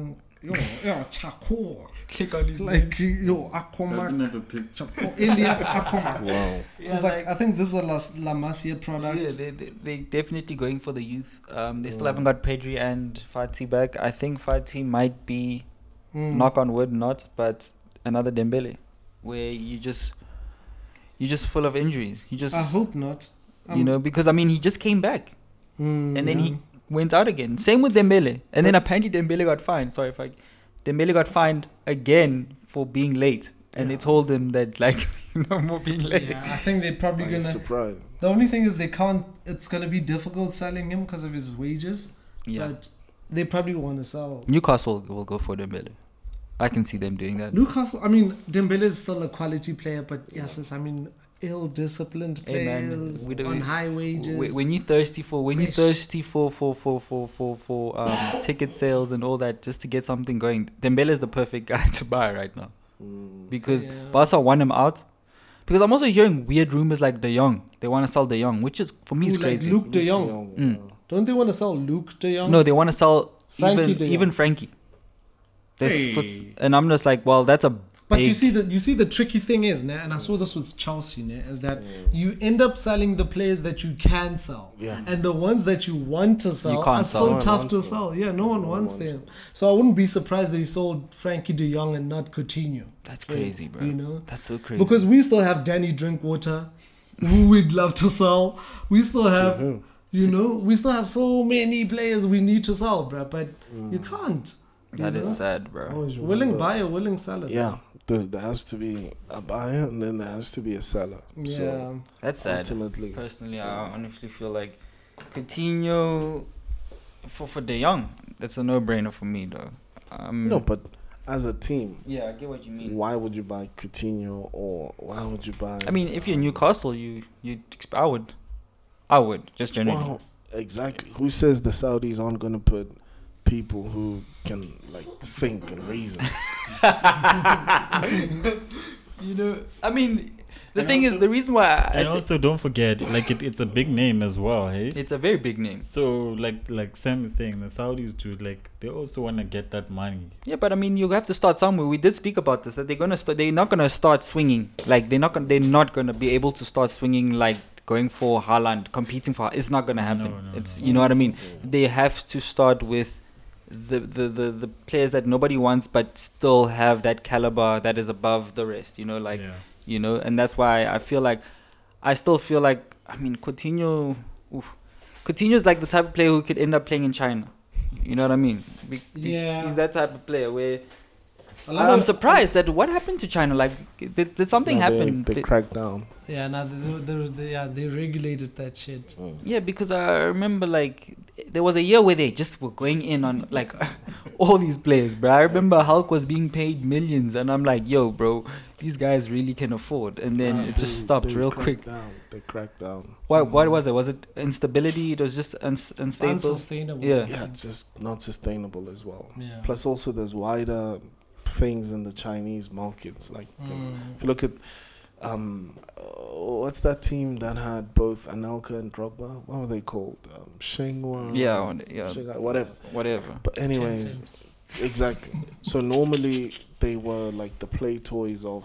D: Yo, yo, Chako.
A: click on his
D: Like, yo,
C: Doesn't
D: Akomak.
C: have a picture.
D: Chako. Elias Akomak.
B: Wow.
A: Yeah,
D: it's like, I think this is a La, La Masia product.
A: yeah, they, they, they definitely going for the youth. Um, they still haven't got Pedri and Fati back. I think Fati might be
D: Mm.
A: knock on wood not but another dembele where you just you're just full of injuries you just
D: I hope not. Um,
A: you know because i mean he just came back
D: Mm,
A: and then
D: yeah.
A: he went out again same with dembele and then apparently dembele got fined sorry if i dembele got fined again for being late and they told him that like
E: no more being late.
D: Yeah, I think they're probably
B: Like,
D: gonna.
B: surprise.
D: The only thing is they can't. It's gonna be difficult selling him because of his wages.
A: Yeah.
D: But they probably want to sell.
A: Newcastle will go for Dembele. I can see them doing that.
D: Newcastle. I mean, Dembele is still a quality player, but yes, it's, I mean, ill-disciplined
A: Hey, man,
D: players
A: we don't-
D: on high
A: W-
D: wages.
A: When you're thirsty for when you're
D: Fresh.
A: thirsty for for for for for for um, ticket sales and all that just to get something going, Dembele is the perfect guy to buy right now
B: Mm.
A: because
D: Yeah.
A: Barca want him out. Because I'm also hearing weird rumors like De Jong. They want to sell De Jong, which is for me
D: Who,
A: is
D: like
A: crazy.
D: Luke De Jong.
A: Mm.
B: yeah.
D: Don't they want to sell Luke De Jong?
A: No, they want to sell
D: Frankie
A: even
D: De Jong.
A: even Frankie. That's for s-
C: Hey.
A: and I'm just like, well, that's a
D: But you
A: big-
D: see the you see the tricky thing is, nah, and I saw this with Chelsea, nah, is that you end up selling the players that you can sell,
B: Yeah.
D: and the ones that you want to sell
A: can't
D: are
A: sell. No
D: so
B: one
D: tough
B: wants
D: to
B: them.
D: sell. Yeah, no one
B: one
D: wants
B: wants
D: them. So I wouldn't be surprised they sold Frankie De Jong and not Coutinho.
A: that's crazy, bro.
D: You know,
A: that's so crazy.
D: because we still have Danny Drinkwater, who we'd love to sell. We still have, you know, we still have so many players we need to sell, bro. But you
B: Mm.
D: can't. you
A: that is
D: know?
A: sad, bro.
B: I always
D: Oh, willing
B: remember-
D: buyer, willing seller.
B: Yeah, there, there has to be a buyer and then there has to be a seller.
D: yeah.
B: So
A: That's sad.
B: ultimately,
A: Personally, I honestly feel like Coutinho for for De Jong. That's a no-brainer for me, though. Um,
B: no, but as a team,
A: Yeah, I get what you mean.
B: why would you buy Coutinho or why would you buy?
A: I mean, if you're Newcastle, you you I would, I would just generally.
B: Well, exactly. Who says the Saudis aren't going to put people who can like think and reason?
A: you know, I mean, the
C: And
A: thing is,
C: also-
A: the reason why I, I
C: And
A: say-
C: also, don't forget, like it, it's a big name as well, hey.
A: it's a very big name.
C: So, like, like Sam is saying, the Saudis do like they also want to get that money.
A: Yeah, but I mean, you have to start somewhere. We did speak about this that they're gonna start. They're not gonna start swinging. Like they're not gonna. They're not gonna be able to start swinging. Like going for Haaland, competing for. It's not gonna happen.
C: No, no,
A: it's
C: no.
A: you know what I mean. They have to start with the, the the the players that nobody wants, but still have that caliber that is above the rest. You know, like
C: yeah.
A: you know, and that's why I feel like I still feel like I mean Coutinho. Oof, Coutinho is like the type of player who could end up playing in China. You know what I mean? Be- be-
D: Yeah.
A: he's that type of player where
D: A lot
A: and I'm
D: of-
A: surprised that what happened to China. Like, did, did something
B: No, they-
A: happen?
B: They,
A: Did-
B: crack down.
D: Yeah, no, they, they, they, yeah, they regulated that shit.
A: yeah, because I remember like there was a year where they just were going in on like all these players, bro. I remember Hulk was being paid millions, and I'm like, yo, bro, these guys really can afford. And then
D: Ah,
B: Nah,
A: it
B: they-
A: just stopped
B: they
A: real
B: cracked
A: quick.
B: Down. They cracked down.
A: What what was it? Was it instability? It was just uns-
D: It's
A: unstable.
D: unsustainable.
A: Yeah.
B: Yeah, it's just not sustainable as well.
D: Yeah.
B: Plus, also there's wider things in the Chinese markets. Like
A: Mm.
B: you
D: Mm.
B: know, if you look at um, uh, what's that team that had both Anelka and Drogba? What were they called? Um, Shenghua.
A: Yeah, on- yeah,
B: Shenghua, whatever.
A: whatever.
B: But anyways,
D: Tencent.
B: exactly. So normally they were like the play toys of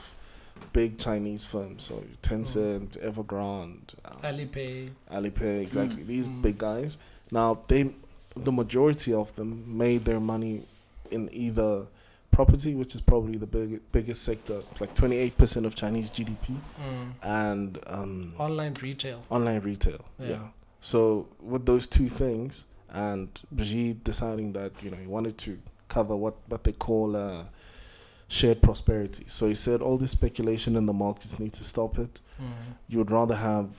B: big Chinese firms. So
A: Mm.
B: Tencent, Evergrande, um,
D: Alipay.
B: Alipay, exactly. These
D: Mm.
B: big guys. Now they, the majority of them made their money in either property, which is probably the big, biggest sector, it's like twenty eight percent of Chinese GDP,
D: Mm.
B: and um,
D: Online retail.
B: online retail.
D: Yeah.
B: Yeah. So with those two things, and Brigitte deciding that you know he wanted to cover what what they call uh, shared prosperity. So he said all this speculation in the markets need to stop it.
D: Mm.
B: You would rather have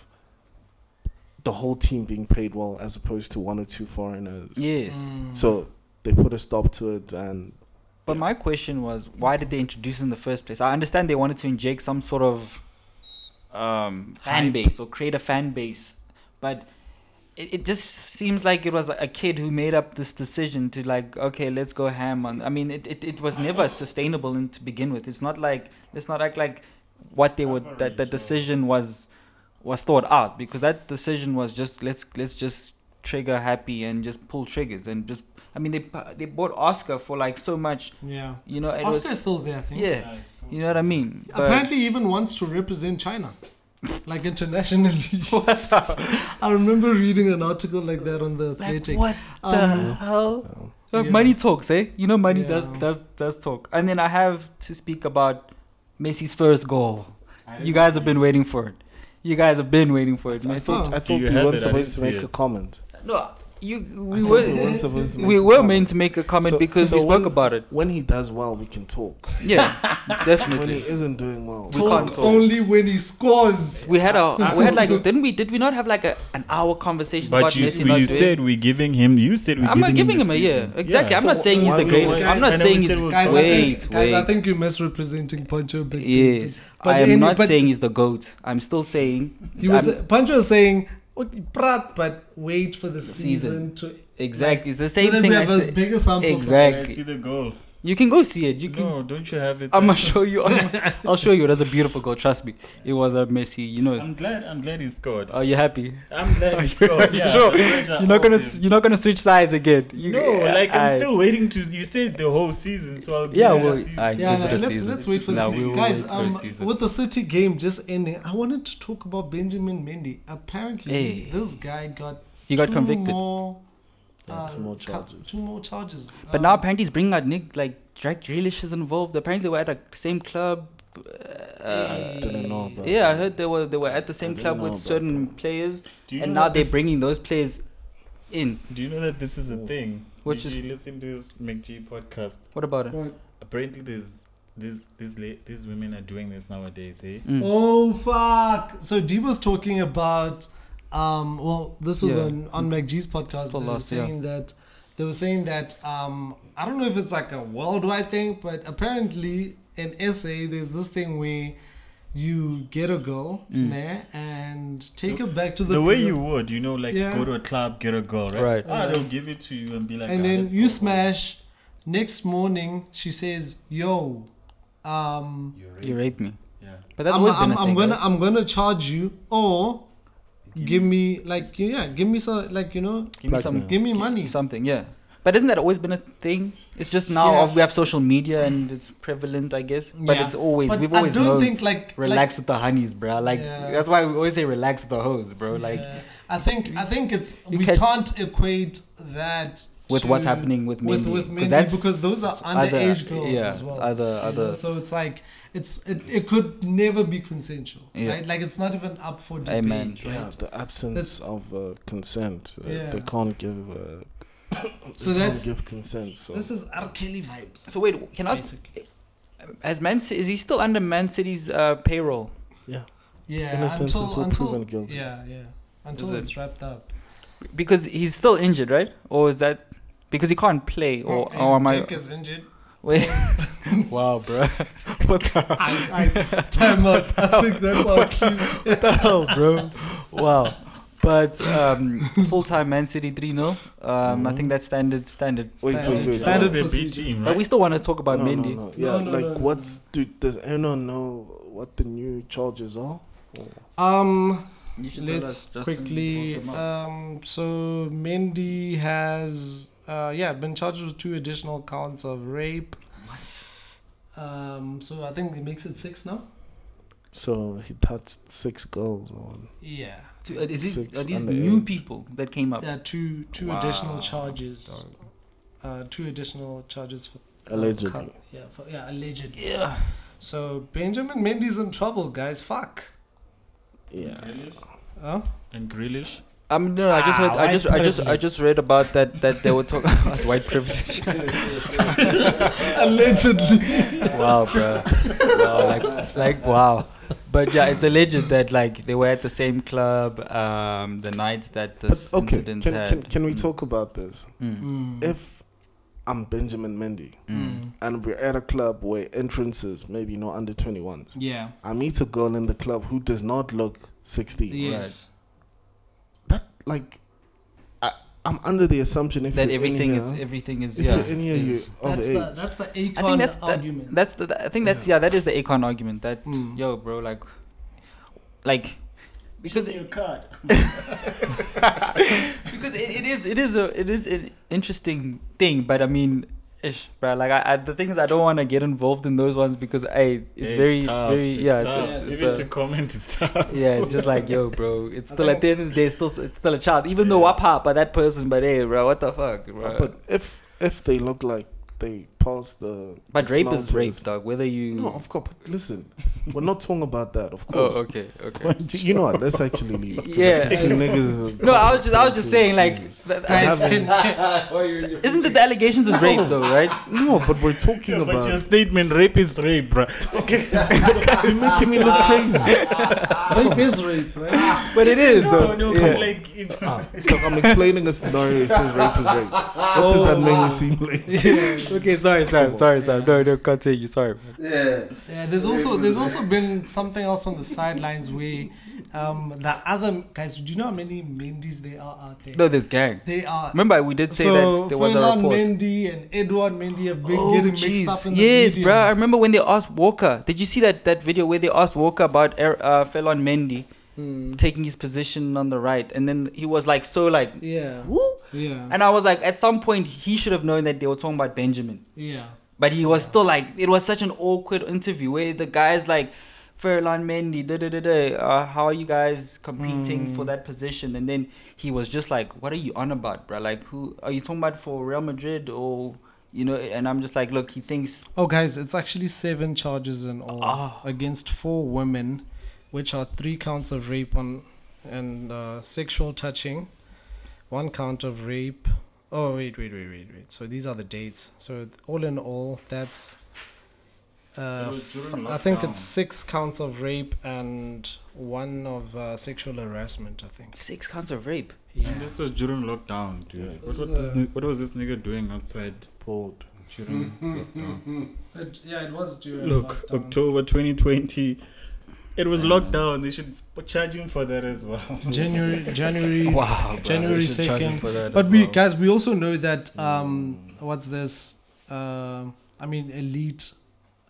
B: the whole team being paid well as opposed to one or two foreigners.
A: Yes,
D: Mm.
B: So they put a stop to it, and
A: but my question was, why did they introduce it in the first place? I understand they wanted to inject some sort of um, fan
C: Hype.
A: base or create a fan base, but it, it just seems like it was a kid who made up this decision to like, okay, let's go ham on. I mean, it, it, it was never sustainable in, to begin with. It's not like let's not act like what they were that the
C: Average or-
A: decision was was thought out because that decision was just let's let's just trigger happy and just pull triggers and just I mean they pu- they bought Oscar for like so much
D: yeah.
A: you know it
D: Oscar
A: was
D: is still there, I think.
A: yeah you know what I mean But-
D: Apparently, he even wants to represent China, like internationally. what? I remember reading an article like that on the
A: like,
D: Athletic.
A: what the
D: Um,
B: Oh,
A: hell like
D: Yeah.
A: money talks eh you know money does
D: Yeah.
A: does does talk and then I have to speak about Messi's first goal you guys have been waiting for it you guys have been waiting for it
B: I
A: Messi
B: thought I thought
C: you
B: we
C: have
B: weren't
C: it? I
B: supposed to
C: didn't see
B: make a
C: it.
B: comment.
A: No, you
B: I
A: we
B: think
A: were
B: we weren't supposed to make
A: we
B: a
A: were
B: comment.
A: meant to make a comment
B: So-
A: because
B: so
A: we spoke
B: when-
A: about it.
B: When he does well, we can talk.
A: Yeah,
B: When he
A: definitely.
B: isn't doing well,
A: We can't
D: Talk
A: talk.
D: only when he scores.
A: We had a we had like
D: So-
A: didn't we did we not have like a, an hour conversation about
C: But you,
A: Messi
C: you
A: not doing?
C: said we're giving him. You said we're
A: I'm not
C: giving,
A: giving him
C: the
A: a
C: season.
A: year. Exactly. I'm
B: So
A: not saying he's the
B: why-
A: greatest. I'm
C: and
A: not
C: then we
A: saying he's
C: said we'll
A: guys,
D: Guys, I
A: wait,
D: think,
A: wait.
D: guys, I think you're misrepresenting Pancho a bit.
A: yes,
D: But
A: I am
D: any-
A: not
D: but-
A: saying he's the goat. I'm still saying
D: He was
A: I'm-
D: Pancho was saying, "Okay, Prat, but wait for the
A: Season.
D: season, to
A: exactly. It's the
D: so
A: same
D: that
A: thing.
D: we
A: I
D: have a
A: said.
D: bigger sample." size."
A: Exactly.
C: I see the goal.
A: You can go see it. You can.
C: No, don't you have it?
A: I'm gonna show you. I'm, I'll show you. That's a beautiful goal. Trust me. It was a Messi. You know. it.
C: I'm glad. I'm glad he scored.
A: Are you happy?
C: I'm glad he
A: Sure.
C: scored. Yeah, the pressure
A: You're not
C: off
A: gonna.
C: him.
A: You're not gonna switch sides again. You,
C: No, like I'm
A: I-
C: still waiting to. You said the whole season, so I'll give
A: Yeah,
C: it a
A: well,
C: season.
A: I-
D: Yeah,
A: Give it
D: like,
A: a
D: let's
A: season.
D: let's wait for the
A: No, we
D: season,
A: will
D: guys.
A: wait for a
D: Um,
A: season.
D: with the City game just ending, I wanted to talk about Benjamin Mendy. Apparently,
A: Hey.
D: this guy got
A: He got
D: two
A: convicted.
D: more,
B: Yeah, two more
D: ca-
B: charges.
D: two more charges.
A: But
D: Um,
A: now apparently he's bringing out Nick. Like Jack Grealish is involved. Apparently they were at the same club. Uh,
B: didn't know about
A: yeah, I
B: that.
A: heard they were they were at the same
B: didn't
A: club
B: know
A: with
B: about
A: certain players,
C: Do you
A: and
C: know
A: now
C: that
A: they're
C: this-
A: bringing those players in.
C: Do you know that this is a thing?
A: Which
C: Did
A: is-
C: you listen to this McG podcast?
A: What about it?
C: Apparently, there's these these la- these women are doing this nowadays. Eh?
A: Mm.
D: Oh fuck! So Dee was talking about, um, well, this was
A: Yeah.
D: on on MacG's podcast.
A: Still
D: they were
A: lost, yeah.
D: saying that they were saying that um, I don't know if it's like a worldwide thing, but apparently in SA there's this thing where you get a girl,
A: Mm.
D: nah, and take her back to the
C: The way
D: crib,
C: you would, you know, like
D: Yeah.
C: go to a club, get a girl, right?
A: Right.
C: Ah, they'll give it to you and be like,
D: and
C: ah,
D: then
C: let's
D: you
C: go.
D: smash. Next morning, she says, "Yo, um,
C: You're
A: You
C: right.
A: raped me.
C: Yeah.
A: But that's
D: I'm,
A: always been
D: I'm,
A: a thing.
D: I'm gonna
A: right?
D: I'm gonna charge you or give me like yeah give me some like you know
A: Give me some.
D: give me money
A: Something. Yeah. But isn't that always been a thing? It's just now
D: Yeah.
A: of- we have social media and it's prevalent, I guess. But
D: Yeah.
A: it's always
D: But
A: we've always
D: I don't
A: known.
D: think like
A: relax with the honeys, bro. Like
D: Yeah.
A: that's why we always say relax with the hose, bro.
D: like,
A: Like
D: yeah. I think I think it's
A: You
D: we
A: catch-
D: can't equate that
A: with
D: to-
A: what's happening with
D: with
A: Mendy,
D: with
A: 'cause
D: Mendy
A: that's
D: because those are
A: other-
D: underage girls
A: yeah,
D: as well
A: it's other-
D: you know,
A: other-
D: so it's like it's it, it could never be consensual
A: Yeah.
D: right like it's not even up for debate
A: Amen.
B: Yeah,
D: right
B: the absence of uh, consent. Uh, They
D: Yeah.
B: can't give. Uh,
D: So
B: they
D: that's-
B: can't give consent. So
D: this is R Kelly vibes
A: So wait, can I ask?
D: Basically.
A: Has Man Ci- is he still under Man City's uh, payroll?
B: yeah,
D: yeah
B: Innocent
D: until
B: until
D: until
B: proven guilty.
D: yeah yeah until
A: it-
D: it's wrapped up
A: Because he's still injured, right? Or is that because he can't play? Or,
D: His
A: or Oh, am I?
D: dick is injured.
A: Wait. wow, bro. what the?
D: I, I time out. I think that's our cue.
A: What the hell, bro? Wow. But um, full time Man City 3 0. Um, I think that's standard. Standard.
B: Wait,
A: standard.
B: wait, wait.
A: standard.
C: That was their B
D: procedure.
C: team,
A: But
C: right?
A: we still want to talk about
B: no, no,
A: Mendy.
B: no. Yeah,
D: no,
B: like
D: no, no,
B: what's dude? Does anyone know what the new charges are? Or-
D: Um,
A: You should tell us,
D: let's
A: Justin,
D: quickly.
A: what came up.
D: Um, so Mendy has, uh, yeah, been charged with two additional counts of rape. What? Um, so I think it makes it six now.
B: So he touched six girls on.
D: Yeah.
A: To- are these,
B: Six
A: are these
B: underage.
A: new people that came up?
D: Yeah, two two
A: Oh. Wow,
D: additional charges. Uh, two additional charges for
B: Allegedly.
D: Yeah, for, yeah, allegedly.
A: Yeah.
D: So Benjamin Mendy's in trouble, guys. Fuck.
B: Yeah.
D: Huh?
C: And Grealish.
A: Um, no, I just heard.
E: Ah,
A: I
E: white
A: just, I just, I
E: privilege.
A: just read about that. That they were talking about white privilege.
D: allegedly.
A: wow, bro. Wow, like, like, wow. But yeah, it's alleged that like they were at the same club um, the night that
B: But
A: this
B: okay, can,
A: incident
B: can
A: had.
B: can we talk about this?
A: Mm,
B: If I'm Benjamin Mendy
A: mm.
B: and we're at a club where entrances maybe not under twenty ones,
D: Yeah.
B: I meet a girl in the club who does not look sixteen.
D: Yes.
B: That like, I, I'm under the assumption if
A: That
B: you're in
A: everything is
B: here-
A: everything is
B: If
A: yeah.
B: you're in here, you're
A: is-
B: of
D: That's
B: age.
D: the, that's the
A: I think
D: Akon
A: that's the,
D: argument.
A: that's the that- I think that's yeah that is the Akon argument that
D: Mm.
A: yo bro like like because it,
C: card.
A: because it, it is it is a it is an interesting thing but I mean ish bro like I, I the things I don't want to get involved in those ones because hey it's very it's
C: tough,
A: very yeah it's,
C: tough.
A: it's, it's
C: even
A: a-
C: to comment it's tough.
A: Yeah, it's just like, yo, bro. It's
D: I
A: still at the end of the day, it's still it's still a child. Even though
C: Yeah.
A: I pop by that person, but hey, bro, what the fuck, bro?
B: But if if they look like they past the.
A: But
B: the
A: rape is
B: smelters.
A: rape, dog. Whether you.
B: No, of course. But listen, we're not talking about that. Of
A: Mm. oh,
B: course.
A: okay, okay.
B: Do You know what? Let's actually leave. 'cause I
A: Yeah.
B: can see niggas is-
A: No, I was just, I was just saying, like,
B: Jesus.
A: th- th-
D: Guys,
B: haven't-
D: can, can,
A: isn't it the allegations is rape though, right?
B: No, but we're talking
C: Yeah, but your
B: about.
C: statement, rape is rape, bro.
B: You're making me look crazy.
D: rape is rape, right?
A: But it is.
C: no, no,
B: Yeah.
C: but like, if,
B: Ah, look, I'm explaining a scenario. It says rape is rape. What does
A: Oh.
B: that make me seem like?
A: okay, sorry, Sam. Sorry, Sam. No, no, continue. Sorry.
D: Yeah, there's also there's also been something else on the sidelines where um, the other guys. Do you know how many Mendy's there are out there?
A: No, there's gang.
D: They are.
A: Remember, we did say
D: so
A: that there was a
D: Fernand
A: report.
D: Mendy and Edward Mendy have been
A: Oh,
D: getting mixed
A: jeez.
D: up in the
A: yes,
D: media.
A: bro. I remember when they asked Walker. Did you see that, that video where they asked Walker about Er- uh, Felon Mendy
D: Hmm.
A: taking his position on the right, and then he was like so like,
D: Yeah.
A: woo.
D: Yeah.
A: And I was like, at some point, he should have known that they were talking about Benjamin.
D: yeah.
A: But he was still like, it was such an awkward interview where the guys like, Ferland Mendy, da da da da, uh, how are you guys competing
D: Hmm.
A: for that position? And then he was just like, what are you on about, bro? Like, who are you talking about for Real Madrid or, you know? And I'm just like, look, he thinks,
D: Oh, guys, it's actually seven charges in all
A: Ah.
D: against four women, which are three counts of rape on and uh, sexual touching, one count of rape. Oh wait, wait, wait, wait, wait. So these are the dates. So all in all, that's.
C: It
D: Uh,
C: was during
D: I think it's
C: lockdown.
D: six counts of rape and one of uh, sexual harassment. I think.
A: six counts of rape.
D: Yeah.
C: and this was during lockdown, dude.
B: Yeah,
C: what,
D: this
C: was
D: is,
C: this,
D: uh,
C: ni- what was this nigga doing outside
B: Bored.
C: during lockdown?
D: yeah, it was during
C: Look, October 2020, it was lockdown. They should charge him for that as well.
D: January, January.
A: Wow,
D: January
A: We should charge him
D: 2nd.
A: for that
D: But
A: as
D: we
A: well.
D: guys, we also know that um, what's this? Um I mean, elite,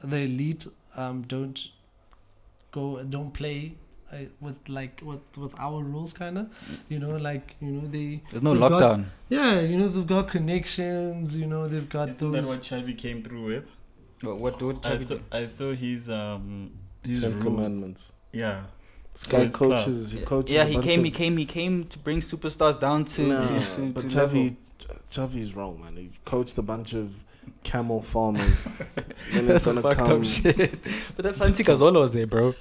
D: the elite um, don't go, don't play uh, with like with with our rules, kind of. You know, like you know they.
A: There's no
D: they've got-
A: lockdown.
D: yeah, you know they've got connections. You know they've got
C: Isn't that
D: those.
C: what Chavi came through with?
A: What, what,
D: Uh,
A: what
C: I saw, I saw his um his
B: Ten
C: rules.
B: Commandments.
C: Yeah,
B: This guy
C: His club.
B: coaches. He coaches.
A: yeah,
B: a
A: he
B: bunch
A: came,
B: of-
A: he came, he came to bring superstars down to.
B: Nah,
A: to, to,
B: but
A: to level.
B: Chavi, Chavi's wrong, man. He coached a bunch of camel farmers. then he's
A: That's some
B: gonna
A: fucked
B: come.
A: up shit. But that's Santi Cazorla was there, bro.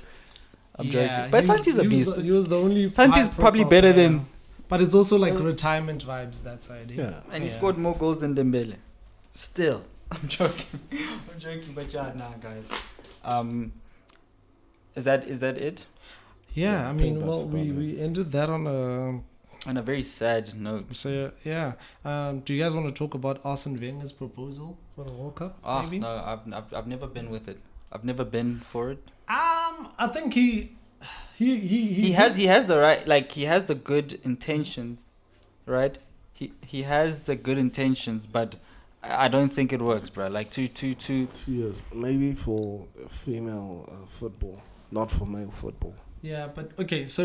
A: I'm joking. But
D: he's-
A: Santi's a
D: he was
A: beast.
D: The, he was the only.
A: Santi's
D: high
A: probably
D: profile
A: better
D: player.
A: than-
D: But it's also like retirement vibes that side. eh?
B: Yeah.
A: And he
D: Yeah.
A: scored more goals than Dembele. Still. I'm joking. I'm joking, but yeah, nah, guys. Um, is that is that it?
D: Yeah,
B: Yeah, I
D: I mean,
B: think
D: well,
B: that's
D: we,
B: about it.
D: we ended that on a
A: On a very sad note.
D: So yeah, um, do you guys want to talk about Arsene Wenger's proposal for the World Cup?
A: Ah,
D: maybe.
A: no, I've, I've, I've never been with it. I've never been for it.
D: Um, I think he, he, he,
A: He, has he has the right like he has the good intentions, right? He he has the good intentions, but I I don't think it works, bro. Like two two two.
B: Two years, maybe for female uh, football, not for male football.
D: Yeah, but okay. So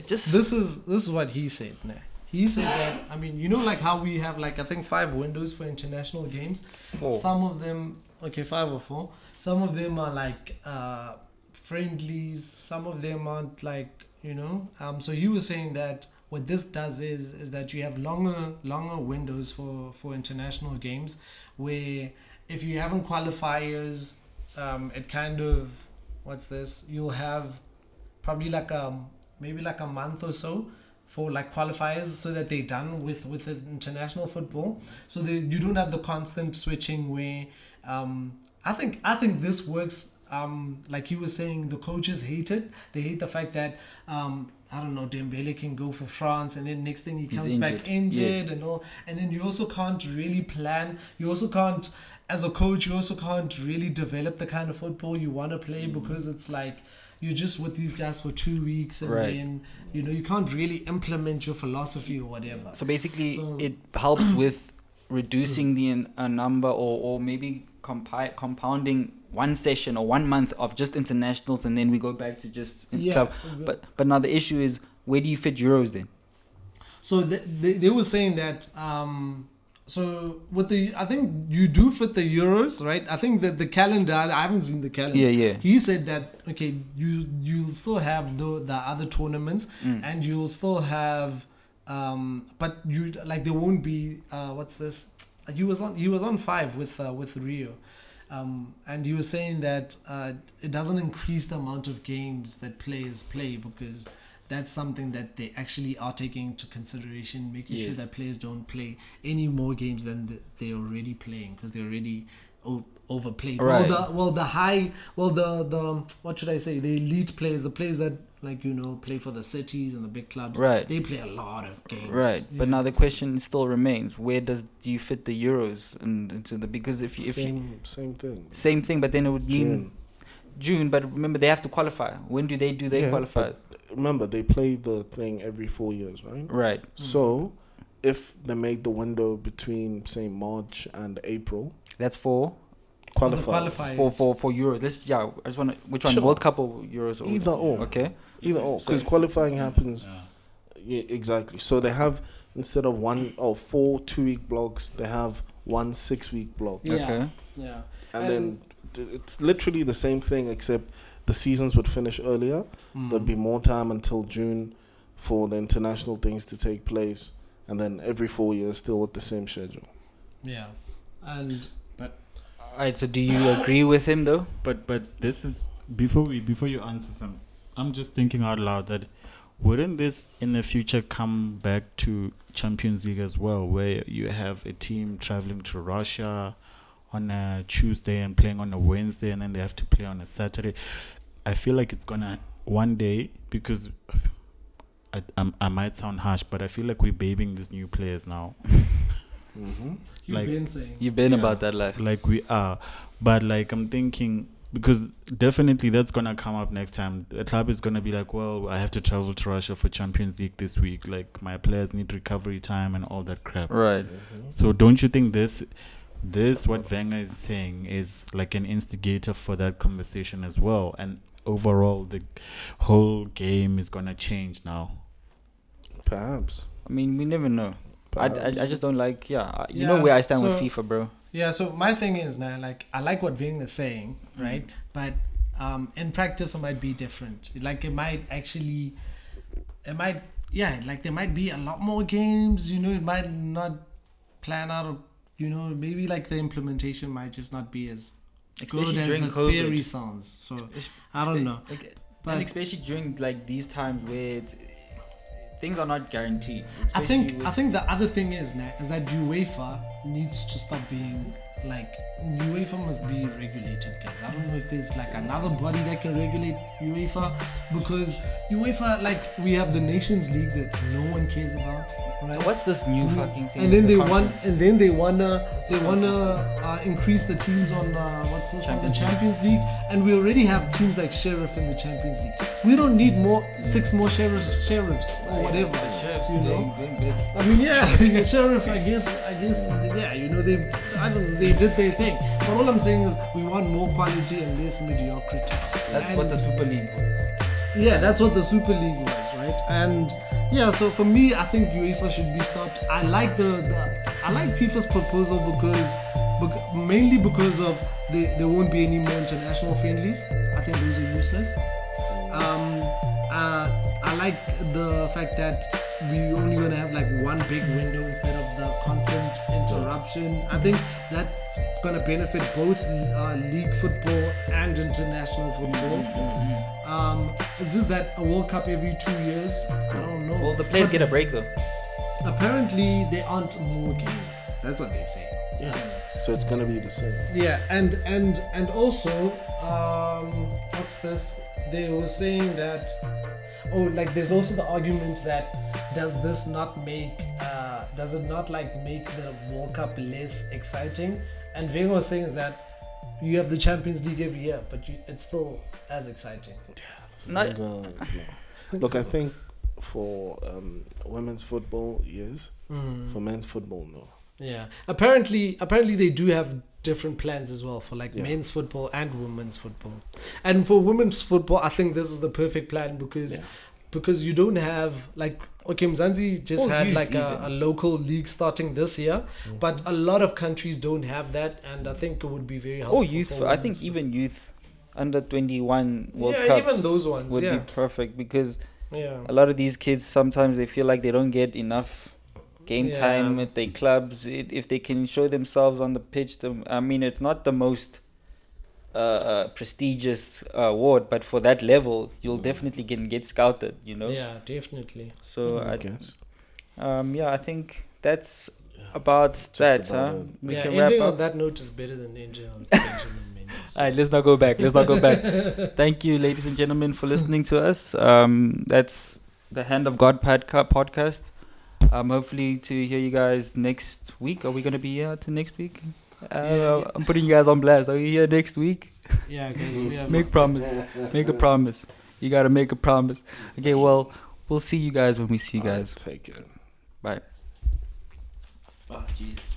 A: It just
D: this is this is what he said. Nah. He said that I mean, you know, like how we have like I think five windows for international games.
A: four.
D: Some of them, okay, five or four. Some of them are like uh, friendlies. Some of them aren't like you know. Um, so he was saying that what this does is is that you have longer longer windows for for international games, where if you haven't qualifiers, um, it kind of what's this? You'll have probably like um maybe like a month or so for like qualifiers so that they're done with with the international football so they, you don't have the constant switching where um i think i think this works um like you were saying the coaches hate it they hate the fact that um i don't know dembele can go for france and then next thing he
A: He's
D: comes
A: injured.
D: back injured
A: Yes.
D: and all and then you also can't really plan you also can't as a coach you also can't really develop the kind of football you want to play
A: Mm.
D: because it's like you're just with these guys for two weeks and
A: Right.
D: then you know you can't really implement your philosophy or whatever
A: So basically,
D: So-
A: it helps with reducing the an- a number or, or maybe compi- compounding one session or one month of just internationals and then we go back to just in-
D: Yeah,
A: club.
D: but-
A: But, but now the issue is where do you fit Euros then?
D: so th- they, they were saying that um so with the i think you do fit the euros right i think that the calendar i haven't seen the calendar
A: Yeah, yeah.
D: he said that okay you you'll still have the, the other tournaments
A: Mm.
D: and you'll still have um but you like there won't be uh what's this he was on he was on five with uh, with Rio, um, and he was saying that uh, it doesn't increase the amount of games that players play because that's something that they actually are taking into consideration, making sure
A: Yes.
D: that players don't play any more games than th- they're already playing because they're already. O- overplayed
A: Right.
D: well the well the high well the the what should i say the elite players the players that like you know play for the cities and the big clubs
A: Right.
D: they play a lot of games
A: Right, but now the question still remains: Where does do you fit the euros and into the because if you, if you,
B: same same thing.
A: same thing, but then it would mean
B: June.
A: June, but remember they have to qualify. When do they do their
B: Yeah, but-
A: qualifiers?
B: Remember, they play the thing every four years, right?
A: Right.
B: So, if they made the window between say March and April,
A: That's for
D: the
B: qualify
D: qualifiers.
A: for for for euros. Let's yeah. I just want to which one
B: Sure.
A: World Cup or Euros or
B: either or
A: okay.
B: either or because qualifying happens
C: Yeah.
B: yeah, exactly. So they have instead of one or four two week blocks, they have one six week block,
D: Yeah.
A: Okay.
D: yeah
B: and then t- it's literally the same thing except the seasons would finish earlier. There'd be more time until June for the international things to take place, and then every four years still with the same schedule.
D: Yeah, and
A: All right. So do you agree with him though?
C: But but this is before we before you answer some, I'm just thinking out loud that wouldn't this in the future come back to Champions League as well, where you have a team traveling to Russia on a Tuesday and playing on a Wednesday, and then they have to play on a Saturday. I feel like it's gonna one day because. I, I'm- I might sound harsh, but I feel like we're babying these new players now.
B: Mm-hmm.
D: you've
C: Like-
D: been saying
A: You've been
C: Yeah.
A: about that life.
C: like we are but like i'm thinking because definitely that's gonna come up next time the club is gonna be like well i have to travel to russia for champions league this week like my players need recovery time and all that crap
A: Right.
C: so don't you think this this what Wenger is saying is like an instigator for that conversation as well and overall the whole game is gonna change now
B: Perhaps.
A: I mean, we never know. I, I,
B: Perhaps.
A: I just don't like yeah. I- You
D: Yeah,
A: know where I stand with
D: so-
A: FIFA, bro.
D: yeah so my thing is now like i like what Wenger is saying right but um in practice it might be different like it might actually it might yeah like there might be a lot more games you know it might not plan out of you know maybe like the implementation might just not be as good
A: Especially
D: as the
A: during COVID.
D: theory sounds so i don't know
A: Like,
D: But-
A: and especially during like these times where it's, things are not guaranteed.
D: I
A: especially
D: think
A: with-
D: I think the other thing is Nat, is that UEFA needs to stop being like UEFA must be regulated guys. I don't know if there's like another body that can regulate UEFA because UEFA like we have the Nations League that no one cares about. Right?
A: What's this new fucking thing?
D: Mm. and then
A: with
D: they
A: the
D: want
A: conference?
D: and then they wanna they wanna uh, increase the teams on uh, what's this on the Champions League and we already have teams like Sheriff in the Champions League. We don't need more six more sheriffs sheriffs or whatever.
A: The sheriff's
D: you know?
A: doing, doing bits.
D: I mean, yeah, the sheriff. I guess, I guess, yeah. You know, they, I don't, they did their thing. But all I'm saying is, we want more quality and less mediocrity.
A: That's
D: And-
A: what the Super League was.
D: yeah, that's what the Super League was, right? And yeah, so for me, I think UEFA should be stopped. I like the, the I like FIFA's proposal because, bec- mainly because of the, there won't be any more international friendlies. I think those are useless. Um, uh, I like the fact that we're only gonna have like one big window instead of the constant interruption. I think that's gonna benefit both uh, league football and international football. Um, is this that a World Cup every two years? I don't know.
A: Well, the players get a break though.
D: Apparently, there aren't more games. That's what they say.
B: Yeah. So it's gonna be the same.
D: Yeah, and and and also, um, what's this? They were saying that, oh, like there's also the argument that does this not make, uh, does it not like make the World Cup less exciting? And Wenger was saying is that you have the Champions League every year, but you, it's still as exciting.
A: Not,
B: No, no. Look, I think for um, women's football, yes. For men's football, no.
D: Yeah. Apparently, apparently they do have different plans as well for like
B: Yeah.
D: men's football and women's football. And for women's football, I think this is the perfect plan because
B: Yeah.
D: because you don't have like okay, Mzanzi just
A: Or
D: had
A: youth
D: like a, a
A: even.
D: local league starting this year,
A: Mm-hmm.
D: but a lot of countries don't have that, and I think it would be very helpful.
A: oh, youth.
D: for
A: I
D: women's
A: think even youth under 21 World
D: Yeah,
A: Cup
D: even those ones,
A: would
D: yeah.
A: be perfect because
D: football. yeah.
A: a lot of these kids sometimes they feel like they don't get enough game
D: Yeah.
A: time at their clubs. It, if they can show themselves on the pitch, the, I mean, it's not the most uh, uh, prestigious uh, award, but for that level, you'll definitely get get scouted. You know.
F: Yeah, definitely.
A: So
B: I
A: I,
B: guess.
A: um, yeah, I think that's about that.
B: about
A: huh?
B: it.
A: We
F: yeah,
A: can wrap
F: ending
A: up.
F: on that note is better than ending on Benjamin Mendes.
A: All right, let's not go back. Let's not go back. Thank you, ladies and gentlemen, for listening to us. Um, that's the Hand of God podca- podcast. Um, hopefully to hear you guys next week. Are we gonna be here to next week? I don't know. I'm putting you guys on blast. Are we here next week?
D: Yeah, guys, we have
A: Make promise. Make a promise. You gotta make a promise. Okay. Well, we'll see you guys when we see you
B: Alright,
A: guys.
B: Take it.
A: Bye.
E: Oh, jeez.